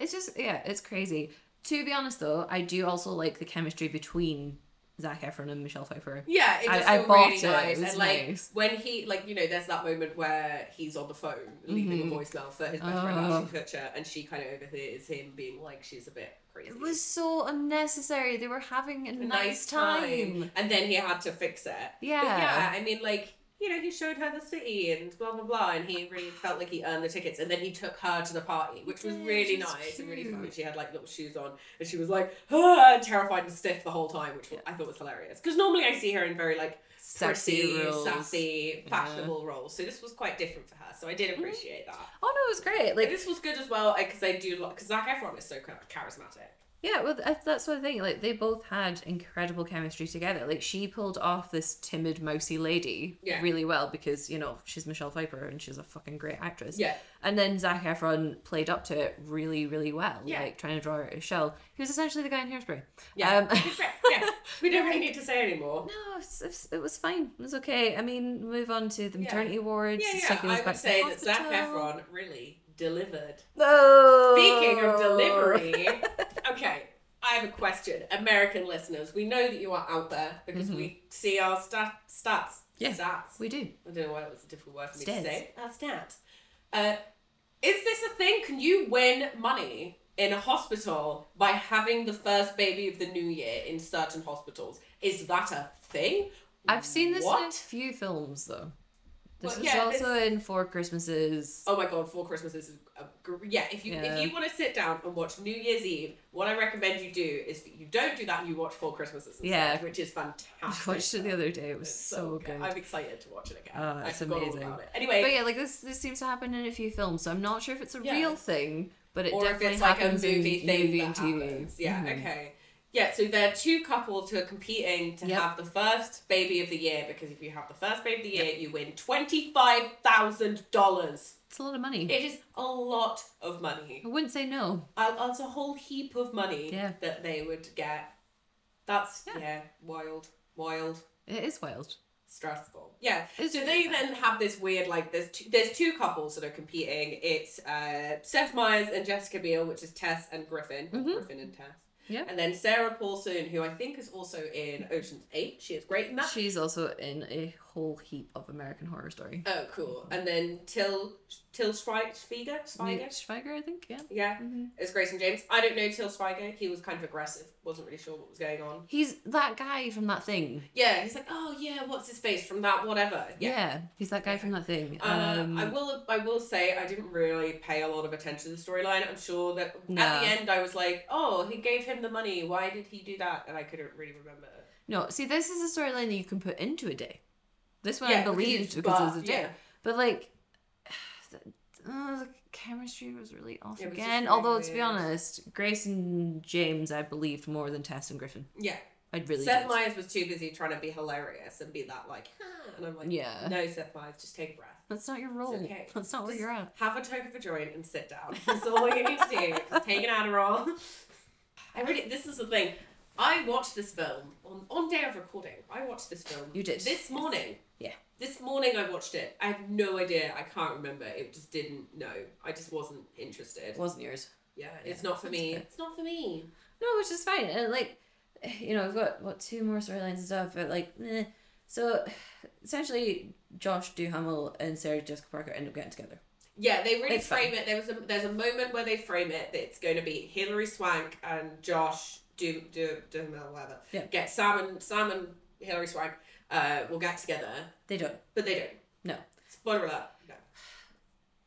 Speaker 2: It's just yeah, it's crazy. To be honest though, I do also like the chemistry between Zac Efron and Michelle Pfeiffer.
Speaker 1: Yeah, it
Speaker 2: I-
Speaker 1: was
Speaker 2: I
Speaker 1: still
Speaker 2: bought
Speaker 1: really
Speaker 2: it.
Speaker 1: nice.
Speaker 2: It was
Speaker 1: and like
Speaker 2: nice.
Speaker 1: when he, like you know, there's that moment where he's on the phone leaving a voicemail for his best friend
Speaker 2: Mm-hmm. Oh.
Speaker 1: Ashton Kutcher, and she kind of overhears him being like, "She's a bit crazy."
Speaker 2: It was so unnecessary. They were having a,
Speaker 1: A
Speaker 2: nice, time.
Speaker 1: and then he had to fix it.
Speaker 2: Yeah.
Speaker 1: But yeah, I mean, like, you know, he showed her the city and blah, blah, blah, and he really felt like he earned the tickets. And then he took her to the party, which was
Speaker 2: Yeah,
Speaker 1: really
Speaker 2: she's
Speaker 1: nice and really fun.
Speaker 2: cute.
Speaker 1: She had, like, little shoes on, and she was, like, ah, terrified and stiff the whole time, which I thought was hilarious. Because normally I see her in very, like,
Speaker 2: Sexy
Speaker 1: pretty,
Speaker 2: roles.
Speaker 1: sassy,
Speaker 2: Yeah.
Speaker 1: fashionable roles. So this was quite different for her. So I did appreciate that.
Speaker 2: Oh no, it was great.
Speaker 1: Like,
Speaker 2: Like
Speaker 1: this was good as well, because I do, because Zac Efron is so char- charismatic.
Speaker 2: yeah, well th- that's sort of thing. Like they both had incredible chemistry together. Like she pulled off this timid, mousy lady
Speaker 1: Yeah.
Speaker 2: really well because you know she's Michelle Pfeiffer and she's a fucking great actress.
Speaker 1: Yeah.
Speaker 2: And then Zac Efron played up to it really, really well.
Speaker 1: Yeah.
Speaker 2: Like trying to draw out his shell. He was essentially the guy in Hairspray.
Speaker 1: Yeah.
Speaker 2: Um,
Speaker 1: yeah. We don't really need to say anymore.
Speaker 2: [LAUGHS] No, it's, it's, it was fine. It was okay. I mean, move on to the
Speaker 1: Yeah.
Speaker 2: maternity awards.
Speaker 1: Yeah,
Speaker 2: the
Speaker 1: yeah.
Speaker 2: second
Speaker 1: I
Speaker 2: was back
Speaker 1: would
Speaker 2: to
Speaker 1: say
Speaker 2: the
Speaker 1: that Zac
Speaker 2: hospital.
Speaker 1: Efron really delivered.
Speaker 2: No.
Speaker 1: Speaking of delivery,
Speaker 2: Oh.
Speaker 1: okay, I have a question. American listeners, we know that you are out there because we see our stat- stats.
Speaker 2: Mm-hmm. Yeah.
Speaker 1: Stats.
Speaker 2: we do.
Speaker 1: I don't know why that was a difficult word for me
Speaker 2: Stats.
Speaker 1: to say. Our stats. Uh, is this a thing? Can you win money in a hospital by having the first baby of the new year in certain hospitals? Is that a thing?
Speaker 2: I've seen this in a
Speaker 1: What?
Speaker 2: few films though. This
Speaker 1: Well,
Speaker 2: was
Speaker 1: yeah,
Speaker 2: also in Four Christmases.
Speaker 1: Oh my god, Four Christmases is a gr- yeah. If you
Speaker 2: Yeah.
Speaker 1: if you want to sit down and watch New Year's Eve, what I recommend you do is that you don't do that. and You watch Four Christmases instead,
Speaker 2: Yeah.
Speaker 1: which is
Speaker 2: I
Speaker 1: fantastic.
Speaker 2: watched it the other day. It was
Speaker 1: Oh, [LAUGHS] It's
Speaker 2: so good.
Speaker 1: I'm excited to watch it again.
Speaker 2: Oh,
Speaker 1: I
Speaker 2: it's
Speaker 1: forgot all
Speaker 2: amazing.
Speaker 1: about it. Anyway,
Speaker 2: But yeah, like this, this seems to happen in a few films, so I'm not sure if it's a
Speaker 1: Yeah.
Speaker 2: real thing, but it
Speaker 1: or if
Speaker 2: definitely
Speaker 1: it's like a
Speaker 2: happens in
Speaker 1: movie thing
Speaker 2: movie
Speaker 1: that
Speaker 2: and TV.
Speaker 1: happens. Yeah,
Speaker 2: Mhm.
Speaker 1: okay. Yeah, so there are two couples who are competing to
Speaker 2: Yep.
Speaker 1: have the first baby of the year because if you have the first baby of the year, you win twenty five thousand dollars.
Speaker 2: It's a lot of money.
Speaker 1: It is a lot of money.
Speaker 2: I wouldn't say no.
Speaker 1: Uh, that's a whole heap of money
Speaker 2: Yeah.
Speaker 1: that they would get. That's
Speaker 2: Yeah.
Speaker 1: yeah, wild, wild,
Speaker 2: It is wild.
Speaker 1: stressful. Yeah.
Speaker 2: It's
Speaker 1: So they then have this weird like there's two, there's two couples that are competing. It's uh, Seth Meyers and Jessica Biel, which is Tess and Griffin, or
Speaker 2: Mhm.
Speaker 1: Griffin and Tess.
Speaker 2: Yeah.
Speaker 1: And then Sarah Paulson, who I think is also in Ocean's Eight. She is great in that.
Speaker 2: She's also in a whole heap of American Horror Story.
Speaker 1: oh, cool. And then Till Till Schweiger, Schweiger.
Speaker 2: Schweiger, I think, yeah.
Speaker 1: Yeah,
Speaker 2: Mhm.
Speaker 1: it's Grayson James. I don't know Till Schweiger. He was kind of aggressive. Wasn't really sure what was going on.
Speaker 2: He's that guy from that thing.
Speaker 1: Yeah, he's like, oh yeah, what's his face from that whatever.
Speaker 2: Yeah,
Speaker 1: Yeah.
Speaker 2: he's that guy
Speaker 1: Yeah.
Speaker 2: from that thing.
Speaker 1: Uh,
Speaker 2: um,
Speaker 1: I will. I will say I didn't really pay a lot of attention to the storyline. I'm sure that
Speaker 2: No.
Speaker 1: at the end I was like, "Oh, he gave him the money. Why did he do that?" And I couldn't really remember.
Speaker 2: No, see, this is a storyline that you can put into a day. This one I
Speaker 1: Yeah, because it's
Speaker 2: believed because it was a
Speaker 1: but-
Speaker 2: day.
Speaker 1: yeah.
Speaker 2: But like, [SIGHS] the, uh, the chemistry was really off
Speaker 1: It was just
Speaker 2: again.
Speaker 1: really
Speaker 2: Although to be
Speaker 1: weird.
Speaker 2: honest, Grace and James I believed more than Tess and Griffin.
Speaker 1: Yeah,
Speaker 2: I really
Speaker 1: Seth
Speaker 2: did.
Speaker 1: Meyers was too busy trying to be hilarious and be that like, [LAUGHS] "Huh," and I'm like,
Speaker 2: Yeah.
Speaker 1: no, Seth Meyers, just take a breath,
Speaker 2: That's not your role.
Speaker 1: okay.
Speaker 2: That's not where
Speaker 1: Just-
Speaker 2: Oh, you're at.
Speaker 1: have a toke of a joint, and sit down. That's all you need to do. Just take an Adderall. I really. This is the thing. I watched this film on on day of recording. I watched this film.
Speaker 2: You did.
Speaker 1: this morning.
Speaker 2: Yeah.
Speaker 1: This morning I watched it. I have no idea. I can't remember. It just didn't. No, I just wasn't interested.
Speaker 2: wasn't yours.
Speaker 1: yeah, it's not for
Speaker 2: that's
Speaker 1: me.
Speaker 2: fair.
Speaker 1: It's not for me.
Speaker 2: No, which is fine. And like, [SIGHS] you know, I've got what two more storylines and stuff, but like, eh. so [SIGHS] essentially, Josh Duhamel and Sarah Jessica Parker end up getting together.
Speaker 1: Yeah, they really
Speaker 2: It's
Speaker 1: frame it. There was a there's a moment where they frame it that it's going to be Hilary Swank and Josh do do do whatever.
Speaker 2: Yeah.
Speaker 1: Get Sam and Sam and Hilary Swank uh, will get together,
Speaker 2: They don't.
Speaker 1: but they don't.
Speaker 2: No.
Speaker 1: Spoiler alert. No.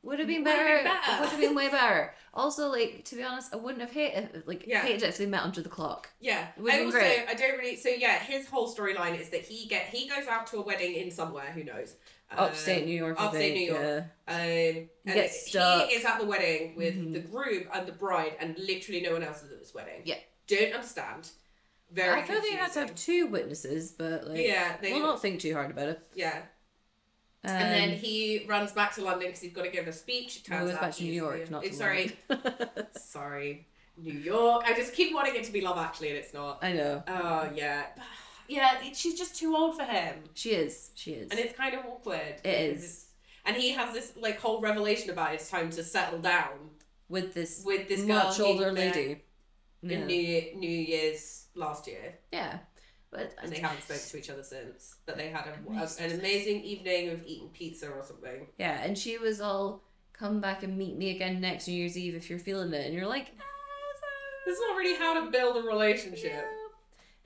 Speaker 2: Would have been
Speaker 1: Would've
Speaker 2: better.
Speaker 1: been better.
Speaker 2: Would have been way better. Also, like to be honest, I wouldn't have hated like
Speaker 1: Yeah.
Speaker 2: hated it if they met under the clock.
Speaker 1: Yeah,
Speaker 2: Would've
Speaker 1: I
Speaker 2: been
Speaker 1: also
Speaker 2: great.
Speaker 1: I don't really. So yeah, his whole storyline is that he get he goes out to a wedding in somewhere who knows
Speaker 2: Uh, Upstate New York. I
Speaker 1: upstate
Speaker 2: think,
Speaker 1: New
Speaker 2: yeah.
Speaker 1: Um, and
Speaker 2: Oh, gets
Speaker 1: it-
Speaker 2: stuck.
Speaker 1: He is at the wedding with
Speaker 2: Mhm.
Speaker 1: the groom and the bride, and literally no one else is at this wedding.
Speaker 2: Yeah.
Speaker 1: Don't understand. Very.
Speaker 2: I feel they had to have
Speaker 1: confusing.
Speaker 2: two witnesses, but like,
Speaker 1: Yeah, they-
Speaker 2: we'll not think too hard about it.
Speaker 1: Yeah.
Speaker 2: Um,
Speaker 1: and then he runs back to London because he's got to give a speech. It turns
Speaker 2: moves
Speaker 1: out
Speaker 2: back to New
Speaker 1: he's
Speaker 2: York,
Speaker 1: the-
Speaker 2: not to
Speaker 1: sorry,
Speaker 2: London.
Speaker 1: sorry, New York. I just keep wanting it to be Love Actually, and it's not.
Speaker 2: [LAUGHS] I know
Speaker 1: Oh yeah, [SIGHS] yeah. She's just too old for him.
Speaker 2: she is. She is.
Speaker 1: And it's kind of awkward.
Speaker 2: It
Speaker 1: because
Speaker 2: is.
Speaker 1: it's- And he has this like whole revelation about it's time to settle down
Speaker 2: with this
Speaker 1: with this girl
Speaker 2: much
Speaker 1: he
Speaker 2: older
Speaker 1: met
Speaker 2: lady.
Speaker 1: in New Year, New Year's last year,
Speaker 2: yeah, but
Speaker 1: and they haven't spoken to each other since. But they had a,
Speaker 2: Amazing.
Speaker 1: an amazing evening of eating pizza or something.
Speaker 2: yeah, and she was all come back and meet me again next New Year's Eve if you're feeling it, and you're like, "Ah,
Speaker 1: This is not really how to build a relationship.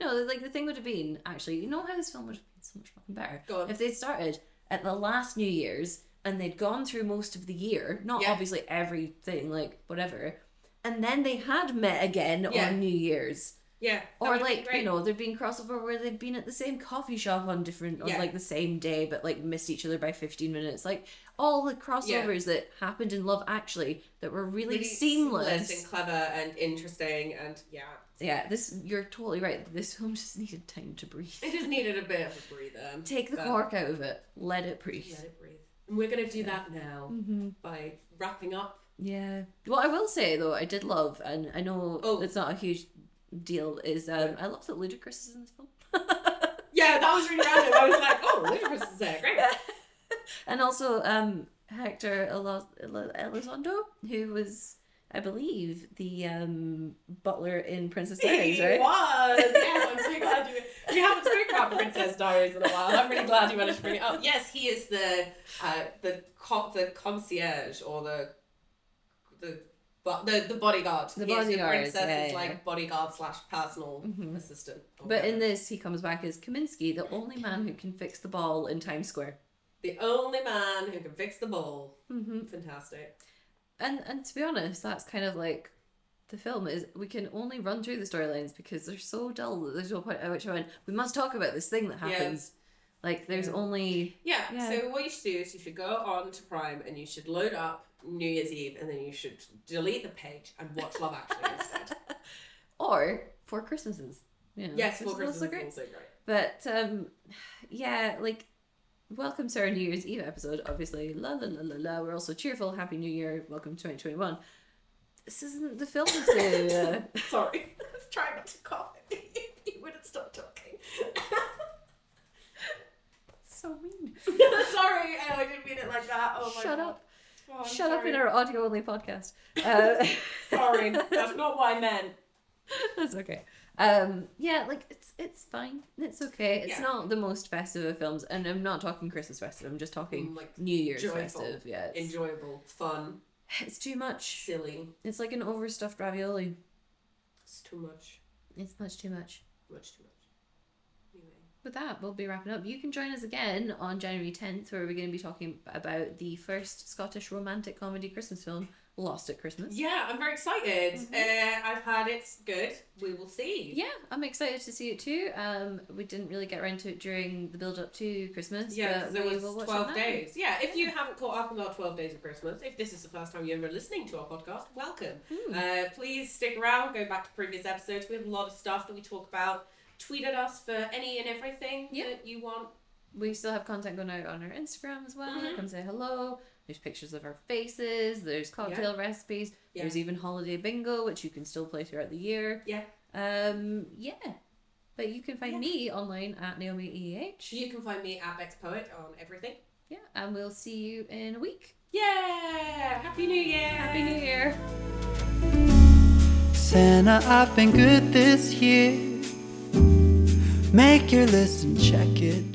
Speaker 2: Yeah. No, like the thing would have been actually, you know how this film would have been so much fucking better
Speaker 1: Go on.
Speaker 2: if they'd started at the last New Year's and they'd gone through most of the year, not
Speaker 1: Yeah.
Speaker 2: obviously everything, like whatever, and then they had met again
Speaker 1: Yeah.
Speaker 2: on New Year's.
Speaker 1: Yeah, that
Speaker 2: Or
Speaker 1: would've been
Speaker 2: like
Speaker 1: great.
Speaker 2: you know, there'd been crossover where they'd been at the same coffee shop on different on
Speaker 1: Yeah.
Speaker 2: like the same day, but like missed each other by fifteen minutes. Like all the crossovers that happened in Love Actually that were really, seamless.
Speaker 1: and clever and interesting, and yeah,
Speaker 2: Yeah, this you're totally right. This film just needed time to breathe.
Speaker 1: [LAUGHS] it just needed a bit of a
Speaker 2: [LAUGHS]
Speaker 1: breather.
Speaker 2: Take the
Speaker 1: But-
Speaker 2: cork out of it. Let it breathe.
Speaker 1: Let it breathe. And we're gonna do that now
Speaker 2: Mm-hmm.
Speaker 1: by wrapping up
Speaker 2: Yeah. What I will say though, I did love, and I know
Speaker 1: Oh.
Speaker 2: it's not a huge deal. Is um, I love that Ludacris is in this film,
Speaker 1: Yeah, that was really random. I was like, oh, Ludacris is there. Great.
Speaker 2: and also um, Hector Elo- Elo- Elizondo, who was, I believe, the um, butler in
Speaker 1: [LAUGHS]
Speaker 2: Princess Diaries,
Speaker 1: He
Speaker 2: right?
Speaker 1: was. Yeah, I'm
Speaker 2: [LAUGHS]
Speaker 1: so glad you. We haven't spoken about Princess Diaries in a while. I'm really glad you managed to bring it
Speaker 2: [LAUGHS]
Speaker 1: up. Yes, he is the uh, the co- the concierge or the the but the, the bodyguard.
Speaker 2: The
Speaker 1: He is
Speaker 2: bodyguard,
Speaker 1: princess's,
Speaker 2: yeah, yeah.
Speaker 1: like bodyguard slash personal
Speaker 2: Mhm.
Speaker 1: assistant. or
Speaker 2: But
Speaker 1: whatever.
Speaker 2: in this, he comes back as Kaminsky, the only man who can fix the ball in Times Square.
Speaker 1: The only man who can fix the bowl.
Speaker 2: Mm-hmm.
Speaker 1: Fantastic.
Speaker 2: And and to be honest, that's kind of like the film is we can only run through the storylines because they're so dull that there's no point at which I went, we must talk about this thing that
Speaker 1: Yeah.
Speaker 2: happens. Like there's
Speaker 1: Yeah.
Speaker 2: only
Speaker 1: Yeah,
Speaker 2: Yeah.
Speaker 1: so what you should do is you should go on to Prime and you should load up New Year's Eve and then you should delete the page and watch Love Actually instead.
Speaker 2: or four Christmases. Yeah.
Speaker 1: yes,
Speaker 2: which
Speaker 1: for
Speaker 2: is
Speaker 1: Christmas
Speaker 2: also
Speaker 1: is
Speaker 2: great.
Speaker 1: also great.
Speaker 2: But um yeah, like welcome to our New Year's Eve episode, obviously. La la la la la. We're also cheerful, happy new year, welcome to twenty twenty one. This isn't the film to uh,
Speaker 1: [LAUGHS] Sorry, I was trying not to cough [LAUGHS] at you if you wouldn't stop
Speaker 2: [LAUGHS]
Speaker 1: talking.
Speaker 2: so [LAUGHS] mean.
Speaker 1: sorry, oh, I didn't mean it like that. Oh my
Speaker 2: Shut
Speaker 1: God.
Speaker 2: up.
Speaker 1: Oh, I'm
Speaker 2: Shut up in
Speaker 1: sorry.
Speaker 2: our audio only
Speaker 1: [LAUGHS]
Speaker 2: podcast. Uh, [LAUGHS]
Speaker 1: Sorry, that's not what I meant.
Speaker 2: That's okay. Um, yeah, like it's it's fine. It's okay. It's
Speaker 1: Yeah.
Speaker 2: not the most festive of films, and I'm not talking Christmas festive. I'm just talking
Speaker 1: Mm, like,
Speaker 2: New Year's
Speaker 1: joyful.
Speaker 2: festive. Yeah, it's,
Speaker 1: Enjoyable, fun,
Speaker 2: it's too much.
Speaker 1: silly.
Speaker 2: It's like an overstuffed ravioli.
Speaker 1: It's too much.
Speaker 2: It's much too much.
Speaker 1: Much too much. Anyway.
Speaker 2: With that, we'll be wrapping up. You can join us again on January 10th, where we're going to be talking about the first Scottish romantic comedy Christmas film, Lost at Christmas.
Speaker 1: Yeah, I'm very excited.
Speaker 2: Mhm.
Speaker 1: Uh, I've heard it's good. We will see.
Speaker 2: Yeah, I'm excited to see it too. Um, we didn't really get around to it during the build up to Christmas.
Speaker 1: Yeah,
Speaker 2: but
Speaker 1: 'cause there
Speaker 2: we
Speaker 1: was
Speaker 2: will watch it
Speaker 1: twelve
Speaker 2: now.
Speaker 1: days. Yeah, if you haven't caught up on our twelve days of Christmas, if this is the first time you're ever listening to our podcast, welcome.
Speaker 2: Hmm.
Speaker 1: Uh, please stick around. Go back to previous episodes. We have a lot of stuff that we talk about. Tweet at us for any and everything
Speaker 2: Yeah.
Speaker 1: that you want.
Speaker 2: We still have content going out on our Instagram as well.
Speaker 1: Mhm.
Speaker 2: Come say hello. There's pictures of our faces. There's cocktail recipes.
Speaker 1: Yeah.
Speaker 2: There's even holiday bingo, which you can still play throughout the year.
Speaker 1: Yeah.
Speaker 2: Um. Yeah. But you can find
Speaker 1: Yeah.
Speaker 2: me online at Naomi EH.
Speaker 1: You can find me at Bex Poet on everything.
Speaker 2: Yeah. And we'll see you in a week.
Speaker 1: Yeah! Happy New Year!
Speaker 2: Happy New Year.
Speaker 3: Santa, I've been good this year. Make your list and check it.